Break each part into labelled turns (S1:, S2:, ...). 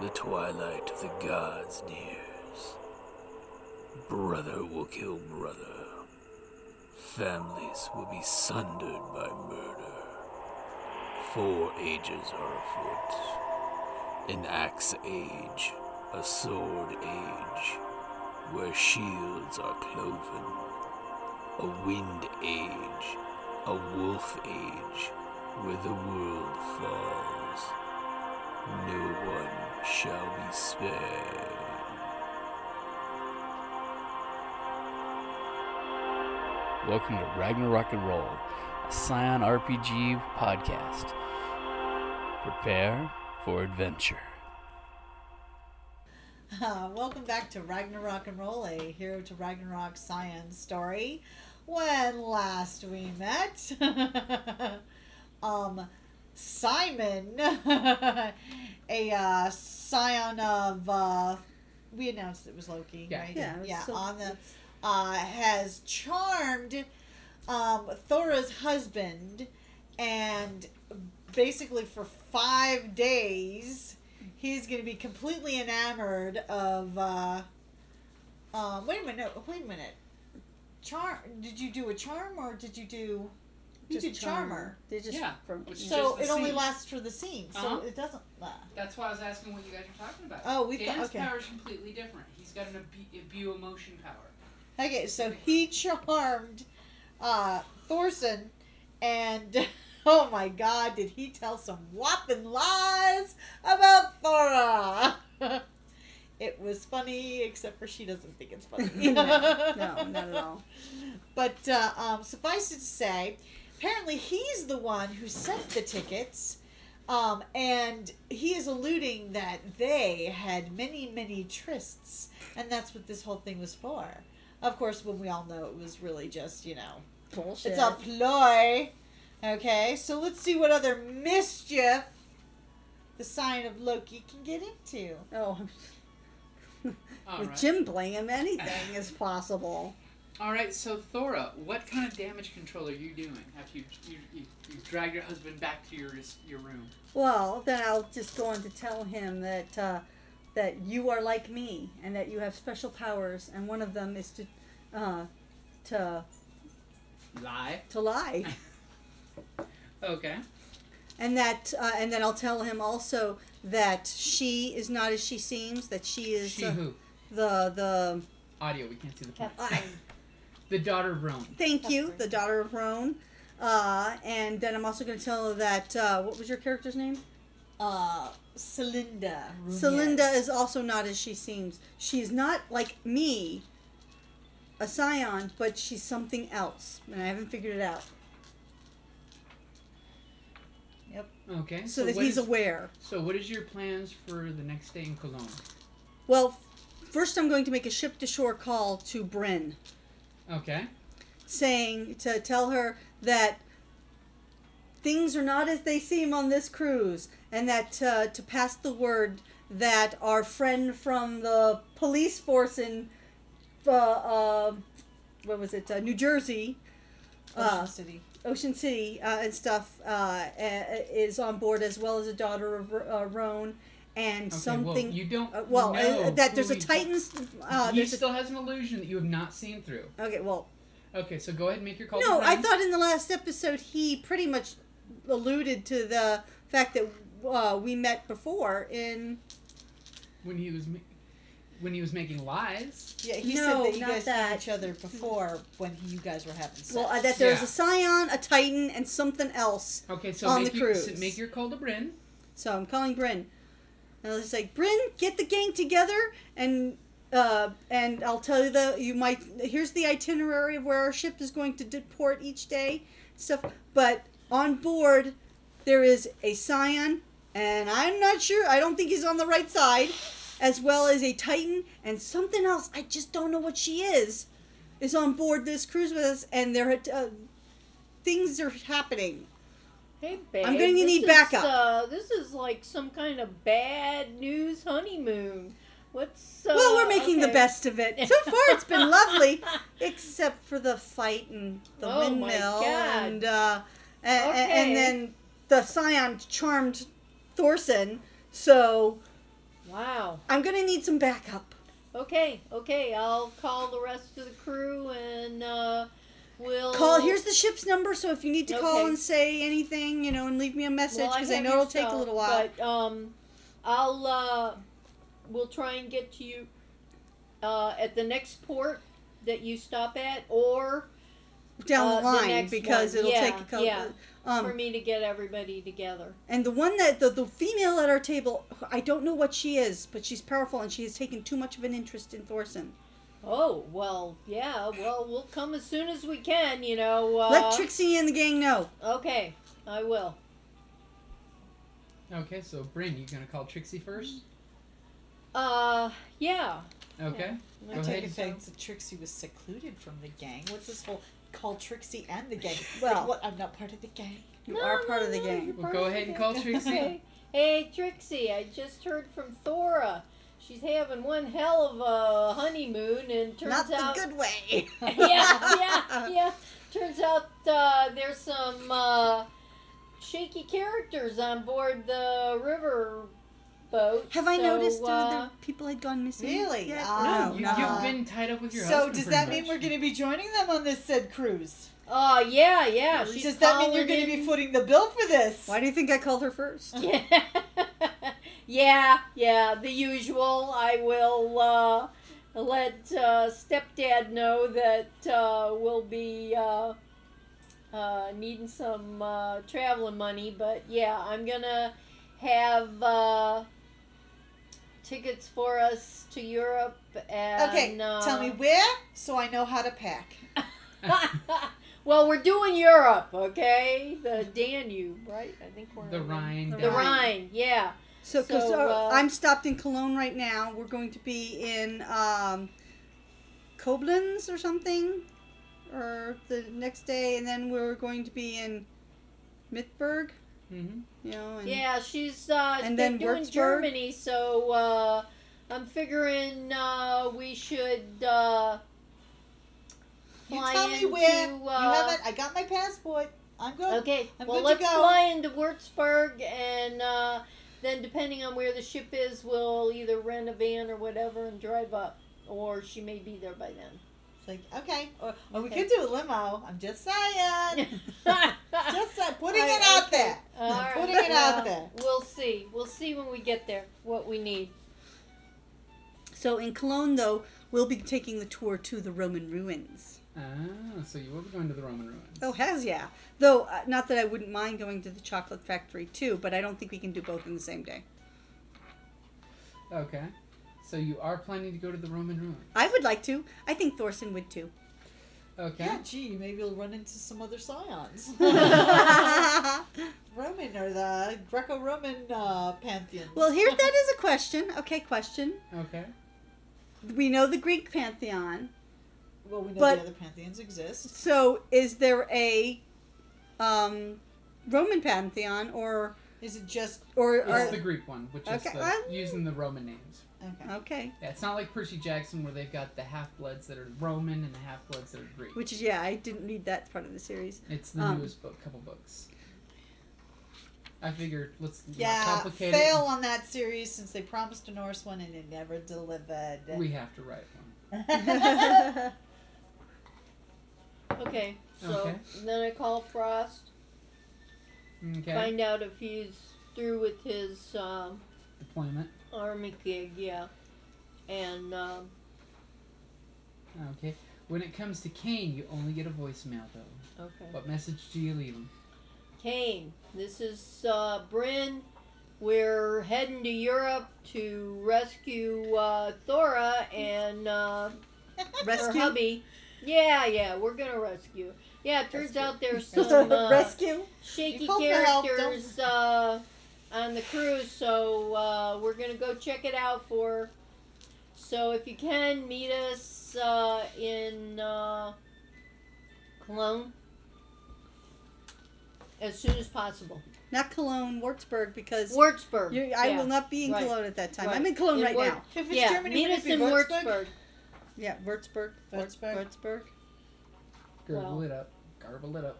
S1: the twilight of the gods nears, brother will kill brother. Families will be sundered by murder. Four ages are afoot an axe age, a sword age, where shields are cloven, a wind age, a wolf age, where the world falls. No one shall be spared.
S2: Welcome to Ragnarok and Roll, a Scion RPG podcast. Prepare for adventure.
S3: Uh, welcome back to Ragnarok and Roll, a Hero to Ragnarok Science story. When last we met, um, Simon, a uh, scion of, uh, we announced it was Loki,
S4: Yeah.
S3: right?
S5: Yeah, it's so-
S3: on the,
S5: it's-
S3: uh, has charmed um, Thora's husband, and basically for five days, he's going to be completely enamored of. Uh, um, wait a minute! no, Wait a minute! Charm? Did you do a charm or did you do? You
S5: just
S3: did charmer.
S5: They just
S4: Yeah.
S5: from
S4: Which is
S3: So
S4: Just the
S3: it only
S4: scene.
S3: lasts for the scene, so
S4: Uh-huh.
S3: it doesn't. last.
S4: That's why I was asking what you guys were talking about.
S3: Oh, we thought-
S4: Dan's
S3: okay.
S4: power is completely different. He's got an abu- imbue emotion power.
S3: Okay, so he charmed uh, Thorson, and oh my God, did he tell some whopping lies about Thora? it was funny, except for she doesn't think it's funny.
S5: no, no, not at all.
S3: But uh, um, suffice it to say, apparently he's the one who sent the tickets, um, and he is alluding that they had many, many trysts, and that's what this whole thing was for. Of course, when we all know it was really just, you know,
S5: Bullshit.
S3: it's a ploy. Okay, so let's see what other mischief the sign of Loki can get into.
S5: Oh,
S4: All
S5: with
S4: right.
S5: Jim Blam, anything is possible.
S4: All right. So Thora, what kind of damage control are you doing after you you, you, you drag your husband back to your your room?
S5: Well, then I'll just go on to tell him that uh, that you are like me and that you have special powers, and one of them is to uh, to
S4: Lie.
S5: to lie,
S4: Okay.
S5: and that uh, and then I'll tell him also that she is not as she seems. That she is
S4: She
S5: uh,
S4: who?
S5: the the
S4: Audio. We can't see the point.
S5: I,
S4: The daughter of Rome.
S5: Thank you, the daughter of Roan. Uh, and then I'm also going to tell her that uh, what was your character's name?
S3: Uh, Celinda.
S5: Celinda is also not as she seems. She's not like me, a scion, but she's something else, and I haven't figured it out.
S4: Okay.
S5: So, that
S4: what
S5: he's
S4: is-
S5: aware.
S4: So what is your plans for the next day in Cologne?
S5: Well, first I'm going to make a ship to shore call to Bryn,
S4: Okay.
S5: saying to tell her that things are not as they seem on this cruise, and that uh, to pass the word that our friend from the police force in uh, uh, what was it, uh, New Jersey,
S3: Ocean
S5: uh,
S3: City.
S5: Ocean City, uh, and stuff uh, a- is on board, as well as a daughter of uh, Roan, and
S4: Okay,
S5: something.
S4: Well, you don't.
S5: uh, well,
S4: know
S5: uh, that
S4: who
S5: there's a
S4: he-
S5: Titans. Uh,
S4: he
S5: there's
S4: still has an illusion that you have not seen through.
S5: a, okay, well,
S4: Okay, so go ahead and make your call.
S5: No,
S4: to
S5: I
S4: Brian.
S5: thought in the last episode he pretty much alluded to the fact that uh, we met before in.
S4: when he was ma- when he was making lies.
S3: Yeah, he
S5: No,
S3: said that you
S5: not
S3: guys knew
S5: that.
S3: each other before when you guys were having sex.
S5: Well, uh, that there's
S4: Yeah.
S5: a Scion, a Titan, and something else.
S4: Okay, so
S5: On
S4: make
S5: the
S4: your,
S5: cruise.
S4: so make your call to Bryn.
S5: So I'm calling Bryn. And I was like, Bryn, get the gang together, and uh, and I'll tell you the you might here's the itinerary of where our ship is going to deport each day, stuff. But on board, there is a Scion, and I'm not sure. I don't think he's on the right side, as well as a Titan and something else. I just don't know what she is. Is on board this cruise with us, and there are uh, things are happening.
S6: Hey, babe,
S5: I'm gonna
S6: this
S5: need
S6: is,
S5: backup.
S6: Uh, this is like some kind of bad news honeymoon. What's uh,
S5: well, we're making the
S6: okay.
S5: best of it. So far, it's been lovely, except for the fight and the
S6: Oh, my
S5: windmill,
S6: God.
S5: and uh, and,
S6: Okay.
S5: and then the scion charmed Thorson. So
S6: Wow.
S3: Wow.
S5: I'm gonna need some backup.
S6: Okay, okay, I'll call the rest of the crew and uh, we'll
S5: Call here's the ship's number, so if you need to call
S6: Okay.
S5: and say anything, you know, and leave me a message
S6: Well,
S5: because I
S6: have
S5: know
S6: your
S5: it'll take a
S6: cell,
S5: little while.
S6: But um, I'll uh, we'll try and get to you uh, at the next port that you stop at, or
S5: down
S6: uh,
S5: the
S6: the
S5: line
S6: next
S5: because
S6: one.
S5: it'll
S6: Yeah,
S5: take a couple.
S6: yeah.
S5: Um,
S6: for me to get everybody together.
S5: And the one that the, the female at our table, I don't know what she is, but she's powerful and she has taken too much of an interest in Thorson.
S6: Oh well, yeah. Well, we'll come as soon as we can. You know. Uh,
S5: Let Trixie and the gang know.
S6: Okay, I will.
S4: Okay, so Bryn, you gonna call Trixie first?
S6: Uh, yeah.
S4: Okay.
S3: I
S4: Go
S3: take
S4: ahead.
S3: offense that Trixie was secluded from the gang. What's this whole call Trixie and the gang?
S5: Well-
S3: like, what? I'm not part of the gang.
S5: You
S6: No,
S5: are part
S6: no,
S5: of the
S6: no,
S5: gang.
S6: you're
S4: Well,
S6: part
S4: go
S6: of the
S4: ahead and
S6: gang.
S4: call Trixie.
S6: Okay. Hey, Trixie, I just heard from Thora. She's having one hell of a honeymoon, and turns
S5: Not the
S6: out
S5: good way.
S6: yeah, yeah, yeah. Turns out uh, there's some uh, shaky characters on board the river boat.
S5: Have I
S6: so,
S5: noticed uh,
S6: uh,
S5: there people had gone missing?
S3: Really?
S5: yet?
S3: Ah,
S4: no,
S5: no,
S4: you,
S5: not at
S4: you've
S5: all.
S4: been tied up with your
S3: So
S4: husband.
S3: does
S4: pretty
S3: that mean
S4: much.
S3: we're going to be joining them on this said cruise?
S6: Oh yeah, yeah. She's
S3: does that mean you're
S6: calling
S3: going to be
S6: in-
S3: footing the bill for this?
S5: Why do you think I called her first?
S6: Yeah. yeah, yeah, the usual. I will uh, let uh, stepdad know that uh, we'll be uh, uh, needing some uh, traveling money, but yeah, I'm gonna have uh, tickets for us to Europe and.
S3: Okay,
S6: uh,
S3: tell me where so I know how to pack.
S6: well, we're doing Europe, okay? The Danube, right? I think we're
S4: the Rhine.
S6: The Rhine, yeah.
S5: So, because
S6: So, uh,
S5: I'm stopped in Cologne right now. We're going to be in um, Koblenz or something, or the next day, and then we're going to be in Mitburg.
S4: Mm-hmm.
S5: You know, and
S6: Yeah, she's uh,
S5: And then
S6: been doing
S5: Würzburg?
S6: Germany, so uh, I'm figuring uh, we should uh,
S3: You
S6: fly
S3: tell me
S6: into.
S3: where. you
S6: uh,
S3: haven't. I got my passport. I'm good.
S6: Okay,
S3: I'm
S6: well
S3: good to
S6: let's
S3: go.
S6: fly into Würzburg, and uh, then depending on where the ship is, we'll either rent a van or whatever and drive up, or she may be there by
S3: It's like Oh, okay, or, or we
S6: Okay.
S3: could do a limo. I'm just saying.
S6: then.
S3: just saying, putting
S6: All
S3: it
S6: right,
S3: out there.
S6: All right,
S3: putting it out
S6: well,
S3: there.
S6: We'll see. We'll see when we get there what we need.
S5: So in Cologne, though, we'll be taking the tour to the Roman ruins.
S4: Ah, so you will be going to the Roman ruins.
S5: Oh, has yeah. Though, uh, not that I wouldn't mind going to the chocolate factory too, but I don't think we can do both in the same day.
S4: Okay. So you are planning to go to the Roman ruins.
S5: I would like to. I think Thorson would too.
S4: Okay.
S3: Yeah, gee, maybe we'll run into some other scions.
S5: well,
S3: Roman or the Greco-Roman uh, pantheons.
S5: here that is a question. Okay, question.
S4: Okay.
S5: We know the Greek pantheon.
S3: Well, we know
S5: but-
S3: the other pantheons exist.
S5: So, is there a um, Roman pantheon or
S3: Is it just
S5: or,
S4: It's
S5: or
S4: the Greek one, which
S5: Okay,
S4: is the,
S5: um,
S4: using the Roman names.
S3: okay?
S5: okay?
S4: Yeah, it's not like Percy Jackson where they've got the half bloods that are Roman and the half bloods that are Greek.
S5: Which is yeah, I didn't read that part of the series.
S4: It's the
S5: Um,
S4: newest book, couple books. I figured let's not
S3: Yeah,
S4: complicate
S3: fail on that series since they promised a Norse one and it never delivered.
S4: it. We have to write one.
S6: Okay, so
S4: Okay.
S6: then I call Frost,
S4: Okay.
S6: find out if he's through with his um,
S4: Deployment.
S6: army gig, yeah. And um,
S4: Okay. When it comes to Kane, you only get a voicemail though.
S6: okay,
S4: What message do you leave him?
S6: Kane, this is uh, Bryn. We're heading to Europe to rescue uh, Thora and uh, her
S5: Rescue.
S6: hubby. Yeah, yeah, we're gonna rescue. Yeah, it turns
S3: Rescue.
S6: out there's some uh,
S5: Rescue.
S6: shaky
S3: You called for help,
S6: characters uh, on the cruise, so uh, we're gonna go check it out for. So if you can meet us uh, in uh, Cologne as soon as possible,
S5: Not Cologne, Würzburg, because
S6: Würzburg.
S5: you I
S6: yeah.
S5: will not be in
S6: right,
S5: Cologne at that time.
S6: right.
S5: I'm in Cologne
S6: In
S5: right
S6: Wür-
S5: now.
S3: If it's
S6: Yeah,
S3: Germany,
S6: meet
S3: would it
S6: us
S3: be
S6: in
S3: Würzburg?
S6: Würzburg.
S5: Yeah, Würzburg. Wür-
S3: Würzburg.
S5: Würzburg.
S4: Garble
S6: Well.
S4: it up. Garble it up.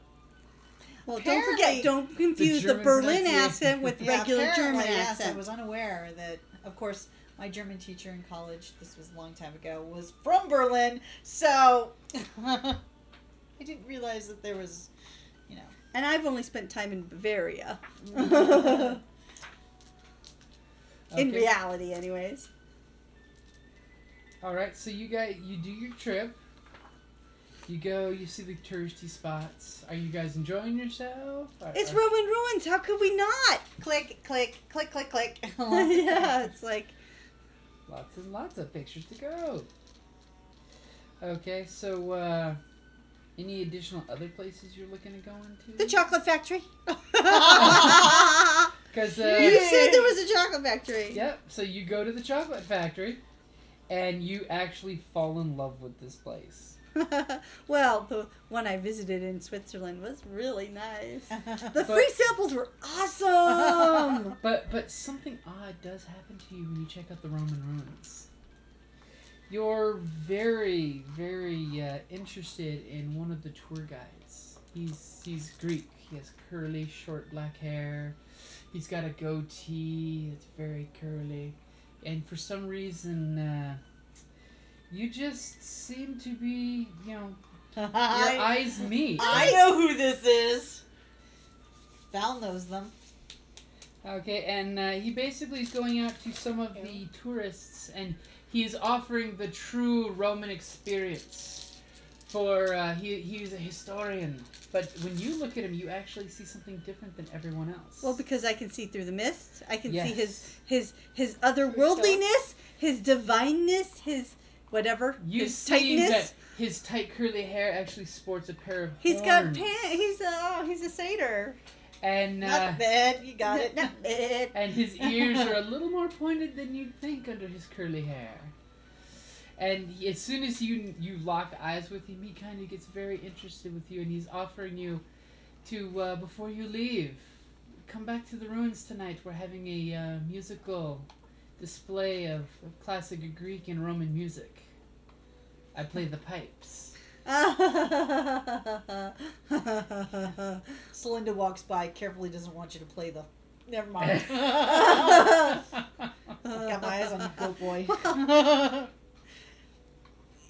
S5: Well, don't
S3: Apparently-
S5: forget, don't confuse the,
S4: German
S5: Berlin
S4: pronunciation.
S5: accent with
S3: Yeah,
S5: regular
S3: apparently,
S5: German
S3: yes, I
S5: accent.
S3: was unaware that, of course, my German teacher in college, this was a long time ago, was from Berlin, so I didn't realize that there was, you know.
S5: And I've only spent time in Bavaria. In
S4: Okay.
S5: reality, anyways.
S4: All right, so you guys, you do your trip. You go, you see the touristy spots. Are you guys enjoying yourself? Are-
S5: It's
S4: are-
S5: Roman ruins. How could we not?
S3: Click, click, click, click, click.
S5: yeah, it's like
S4: Lots and lots of pictures to go. Okay, so uh, any additional other places you're looking to go into?
S5: the chocolate factory. you
S4: Because
S5: said there was a chocolate factory.
S4: uh, Yep. So you go to the chocolate factory, and you actually fall in love with this place.
S5: well, the one I visited in Switzerland was really nice. The
S4: But-
S5: free samples were awesome.
S4: But but something odd does happen to you when you check out the Roman ruins. You're very very uh, interested in one of the tour guides. He's he's Greek. He has curly short black hair. He's got a goatee. It's very curly, and for some reason. Uh, you just seem to be, you know, your
S3: I,
S4: eyes meet.
S3: I know who this is. Val knows them.
S4: Okay, and uh, he basically is going out to some of the tourists, and he is offering the true Roman experience. For uh, he he's a historian, but when you look at him, you actually see something different than everyone else.
S5: well, because I can see through the mist. I can see his
S4: Yes.
S5: his his otherworldliness, his divineness, his whatever,
S4: you
S5: his
S4: see that his tight curly hair actually sports a pair of
S5: He's got
S4: horns.
S5: pan. He's a oh, he's a satyr.
S4: and uh,
S3: Not bad, you got it.
S5: Not bad.
S4: and his ears are a little more pointed than you'd think under his curly hair. And he- as soon as you you lock eyes with him, he kind of gets very interested with you, and he's offering you to uh, before you leave, come back to the ruins tonight. We're having a uh, musical display of, of classic Greek and Roman music. I play the pipes.
S3: Celinda walks by, carefully doesn't want you to play the. Never mind.
S5: Uh,
S3: got my eyes on the goat boy.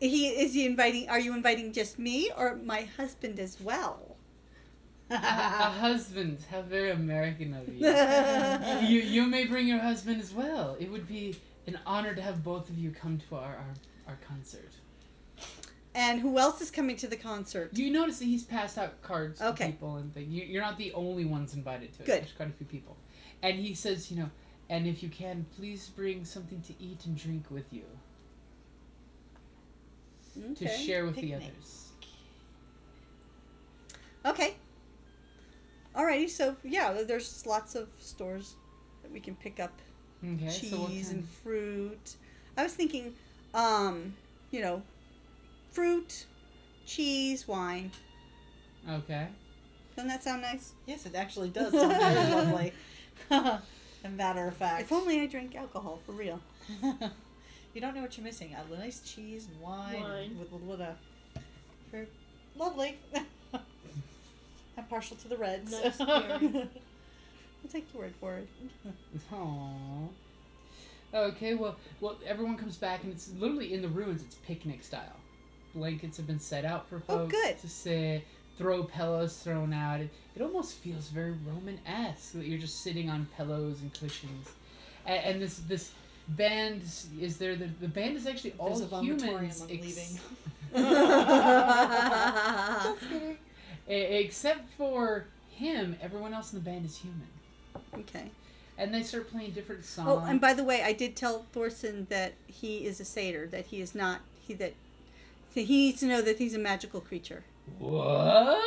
S5: he is he inviting? Are you inviting just me or my husband as well?
S4: a husband, how very American of you. you you may bring your husband as well. It would be an honor to have both of you come to our, our our concert.
S5: And who else is coming to the concert?
S4: You notice that he's passed out cards
S5: Okay.
S4: to people and things. You, you're not the only ones invited to it.
S5: Good.
S4: There's quite a few people, and he says, you know, and if you can, please bring something to eat and drink with you to
S5: Okay.
S4: share with the
S3: Picnic.
S4: others.
S5: Okay. Alrighty. So yeah, there's lots of stores that we can pick up
S4: Okay.
S5: cheese
S4: so what kind-
S5: and fruit. I was thinking, um, you know, fruit, cheese, wine.
S4: okay.
S5: Doesn't that sound nice?
S3: yes, it actually does sound very lovely. A matter of fact.
S5: If only I drank alcohol for real.
S3: you don't know what you're missing. A nice cheese and wine,
S6: Wine.
S3: with a little bit of fruit. Lovely. I'm partial to the reds.
S6: Nice berry.
S5: I'll take your word for it.
S4: Aww. Okay, well, well, everyone comes back, and it's literally in the ruins. It's picnic style. Blankets have been set out for
S5: Oh,
S4: folks
S5: good.
S4: to sit. Throw pillows thrown out. It, it almost feels very Roman-esque that you're just sitting on pillows and cushions, and, and this this band is- is there. The, the band is actually all
S3: There's a vomitorium,
S4: humans.
S3: I'm
S4: ex-
S3: leaving.
S4: e- except for him, everyone else in the band is human,
S5: okay.
S4: and they start playing different songs.
S5: Oh, and by the way, I did tell Thorson that he is a satyr. That he is not. He that. So he needs to know that he's a magical creature.
S4: what?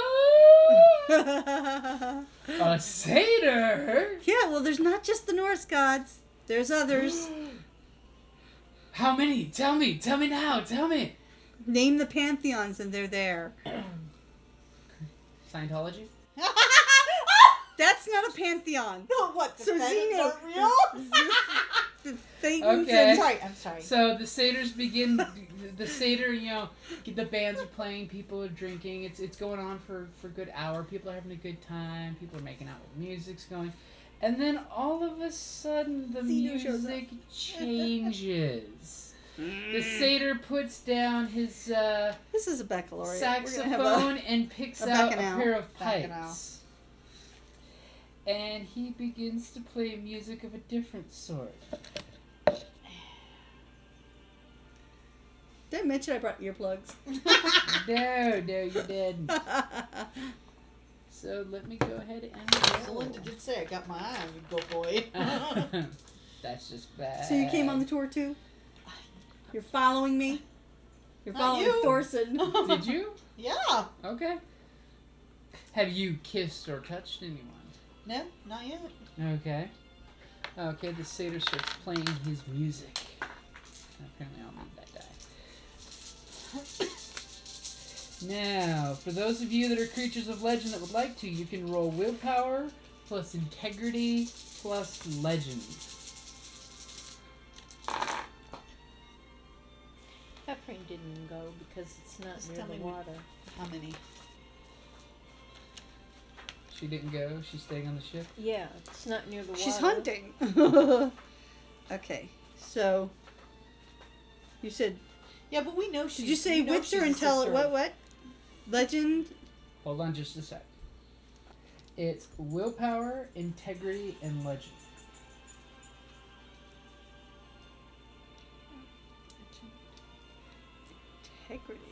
S5: yeah.
S4: A satyr?
S5: Well, there's not just the Norse gods. There's others.
S4: How many? Tell me. Tell me now. Tell me.
S5: Name the pantheons, and they're there.
S4: Scientology?
S5: That's not a pantheon.
S3: no, what? The
S5: So
S3: fans
S5: Zeno-
S3: aren't real?
S5: The things
S4: Okay.
S3: I'm sorry. I'm sorry.
S4: So the satyrs begin. the- the satyr, you know, the bands are playing. People are drinking. It's it's going on for for a good hour. People are having a good time. People are making out. Music's going, And then all of a sudden, the
S5: Zeno shows
S4: music changes. the satyr puts down his uh,
S5: This is a baccalaureate. We're gonna have a-
S4: saxophone and picks
S5: a
S4: out a
S5: bacchanal.
S4: pair of
S5: Bacchanal.
S4: pipes. And he begins to play music of a different sort.
S5: Did I mention I brought earplugs?
S4: No, no, you didn't.
S5: I
S4: So let me go ahead and.
S3: So Linda did say, I got my eye on you, good boy.
S4: roll. That's just bad.
S5: So you came on the tour too? Uh, You're following me? You're
S3: Not
S5: following
S3: you.
S5: Thorson.
S4: Did you?
S3: yeah.
S4: Okay. Have you kissed or touched anyone?
S3: No, not yet.
S4: Okay. Okay, the satyr starts playing his music. Apparently, I'll need that die. now, for those of you that are creatures of legend that would like to, you can roll willpower plus integrity plus legend.
S6: Heffron didn't go because it's not
S3: Just
S6: near
S3: tell
S6: the
S3: me-
S6: water.
S3: How many?
S4: She didn't go. She's staying on the ship.
S6: Yeah, it's not near the water.
S5: She's hunting. okay, so you said
S3: Yeah, but we know she's.
S5: did you say
S3: we know
S5: witcher
S3: she's a
S5: and tell it
S3: sister.
S5: what what? Legend
S4: Hold on just a sec. It's willpower, integrity, and legend.
S5: integrity.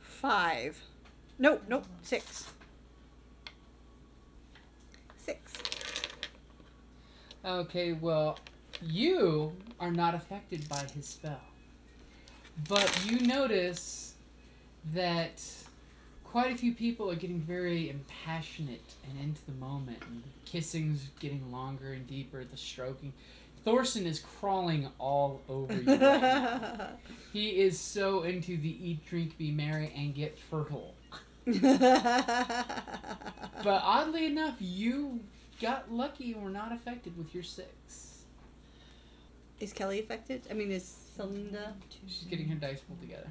S5: Five. No, nope, six. Six.
S4: Okay, well, you are not affected by his spell. But you notice that quite a few people are getting very impassionate and into the moment. And the kissing's getting longer and deeper, the stroking. Thorson is crawling all over you. right now. he is so into the eat, drink, be merry, and get fertile. But oddly enough, you got lucky and were not affected with your six.
S5: is Kelly affected? I mean, is Celinda?
S4: She's getting her dice pulled together.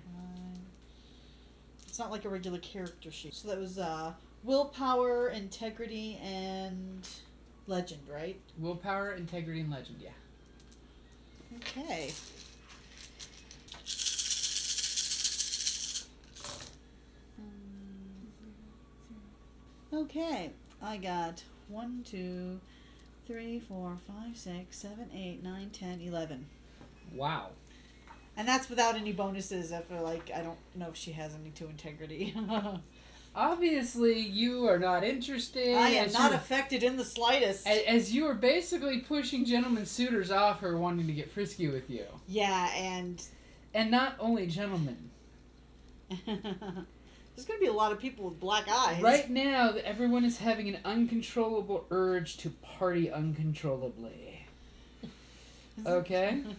S3: It's not like a regular character sheet. So that was uh, willpower, integrity, and legend, right?
S4: Willpower, integrity, and legend, yeah.
S3: Okay. Okay, I got one, two, three, four, five, six, seven, eight, nine, ten, eleven,
S4: Wow.
S3: And that's without any bonuses after, like, I don't know if she has any to integrity.
S4: Obviously, you are not interested.
S3: I am
S4: as
S3: not
S4: you-
S3: affected in the slightest.
S4: a- As you are basically pushing gentlemen suitors off her wanting to get frisky with you.
S3: yeah, and
S4: And not only gentlemen.
S3: there's going to be a lot of people with black eyes.
S4: Right now, everyone is having an uncontrollable urge to party uncontrollably. Okay?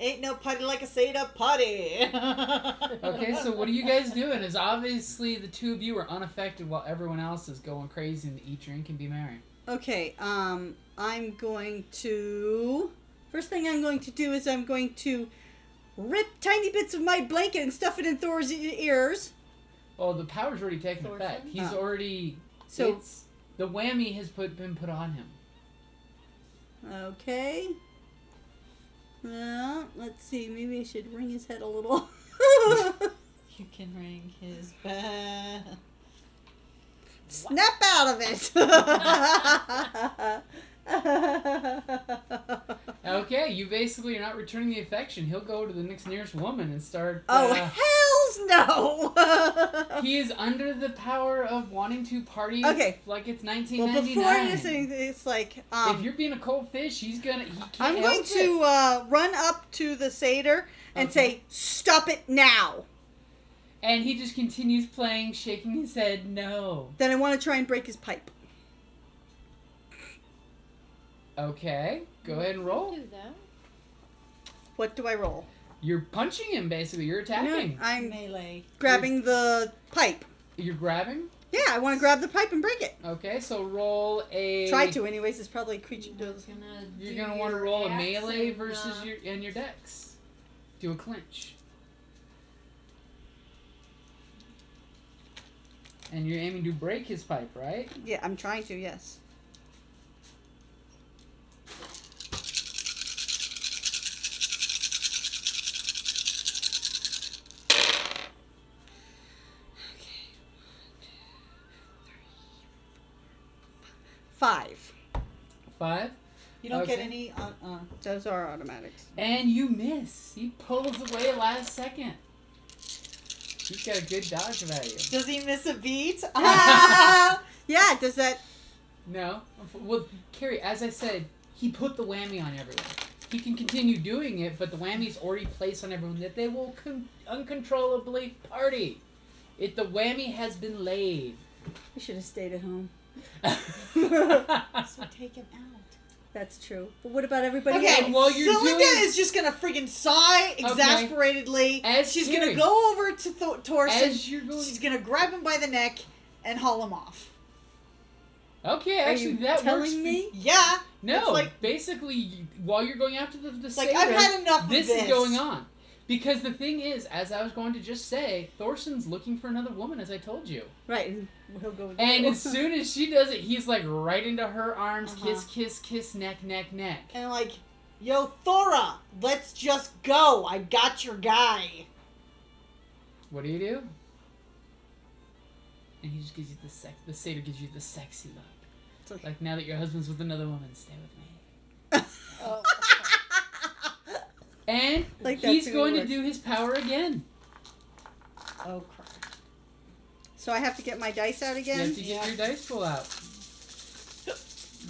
S3: Ain't no putty like a Seda putty.
S4: Okay, so what are you guys doing? Is obviously the two of you are unaffected while everyone else is going crazy and eat, drink, and be merry.
S5: Okay, um, I'm going to. First thing I'm going to do is I'm going to rip tiny bits of my blanket and stuff it in Thor's e- ears.
S4: Oh, the power's already taken
S6: Thorson?
S4: effect. He's
S5: Oh.
S4: already
S5: So,
S4: it's, the whammy has put been put on him.
S5: okay. Well, let's see. Maybe I should wring his head a little.
S3: You can ring his bell.
S5: Snap out of it.
S4: Okay, you basically are not returning the affection. He'll go to the next nearest woman and start. uh,
S5: oh, hell's no!
S4: he is under the power of wanting to party.
S5: Okay.
S4: like it's
S5: Well,
S4: 1999.
S5: before I say anything, it's like um,
S4: if you're being a cold fish, he's gonna. He can't
S5: I'm going
S4: help
S5: to
S4: It.
S5: uh, run up to the satyr and
S4: Okay.
S5: say, "Stop it now!"
S4: And he just continues playing, shaking his head. No.
S5: Then I want to try and break his pipe.
S4: Okay, go ahead and roll.
S6: Do that.
S5: What do I roll?
S4: You're punching him basically. You're attacking.
S5: I'm
S3: Melee.
S5: grabbing the pipe.
S4: You're grabbing.
S5: Yeah, I want to grab the pipe and break it.
S4: Okay, so roll a.
S5: Try to, anyways. It's probably a creature.
S6: You're
S5: does.
S6: gonna,
S4: You're
S6: do
S4: gonna want to
S6: your
S4: roll a
S6: axe
S4: melee
S6: and,
S4: versus
S6: uh,
S4: your and your dex. Do a clinch. And you're aiming to break his pipe, right?
S5: Yeah, I'm trying to. Yes. Five.
S4: Five.
S3: You don't get
S4: Okay.
S3: any. Uh, uh,
S5: Those are automatics.
S4: And you miss. He pulls away last second. He's got a good dodge value.
S3: does he miss a beat?
S5: Ah! Yeah, does that?
S4: No. Well, Carrie, as I said, he put the whammy on everyone. He can continue doing it, but the whammy's already placed on everyone that they will con- uncontrollably party. It the whammy has been laid.
S5: I should have stayed at home.
S3: so take him out.
S5: That's true. But what about everybody
S3: okay,
S5: else?
S4: while you're
S3: Celinda
S4: doing-
S3: is just gonna freaking sigh exasperatedly.
S4: As
S3: She's
S4: Carrie-
S3: gonna go over to Th- Torsen.
S4: As you're going,
S3: She's gonna grab him by the neck and haul him off.
S4: okay,
S5: Are
S4: actually
S5: you
S4: that
S5: telling
S4: works. for-
S5: me?
S3: Yeah,
S4: No,
S3: It's like-
S4: basically, you- while you're going after the, the
S3: like I've
S4: satyr,
S3: had enough
S4: this,
S3: of this.
S4: is going on. Because the thing is, as I was going to just say, Thorson's looking for another woman, as I told you.
S5: Right, and he'll go. with
S4: And
S5: you.
S4: as soon as she does it, he's like right into her arms, kiss,
S3: Uh-huh.
S4: kiss, kiss, neck, neck, neck.
S3: And like, yo, Thora, let's just go. I got your guy.
S4: What do you do? And he just gives you the sex. The satyr gives you the sexy look.
S5: It's okay.
S4: Like now that your husband's with another woman, stay with me.
S6: Oh,
S4: And
S5: Like that
S4: he's
S5: too,
S4: going to
S5: like-
S4: do his power again.
S3: Oh crap!
S5: so I have to get my dice out
S4: You
S5: again.
S4: have to get your dice pull out.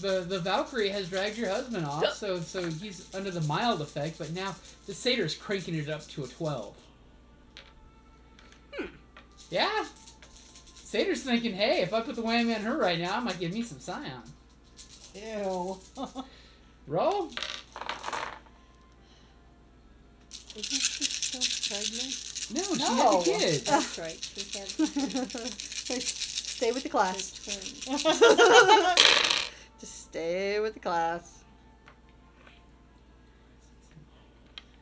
S4: The the Valkyrie has dragged your husband off, so so he's under the mild effect, but now the satyr's cranking it up to a twelve.
S3: Hmm.
S4: Yeah. Satyr's thinking, hey, if I put the whammy on her right now, I might give me some scion.
S3: Ew.
S4: Roll.
S5: Isn't she still pregnant?
S4: No, she
S3: No.
S4: had a kid.
S5: That's
S6: right. She has
S5: Stay with the class.
S6: twins.
S5: Just stay with the class.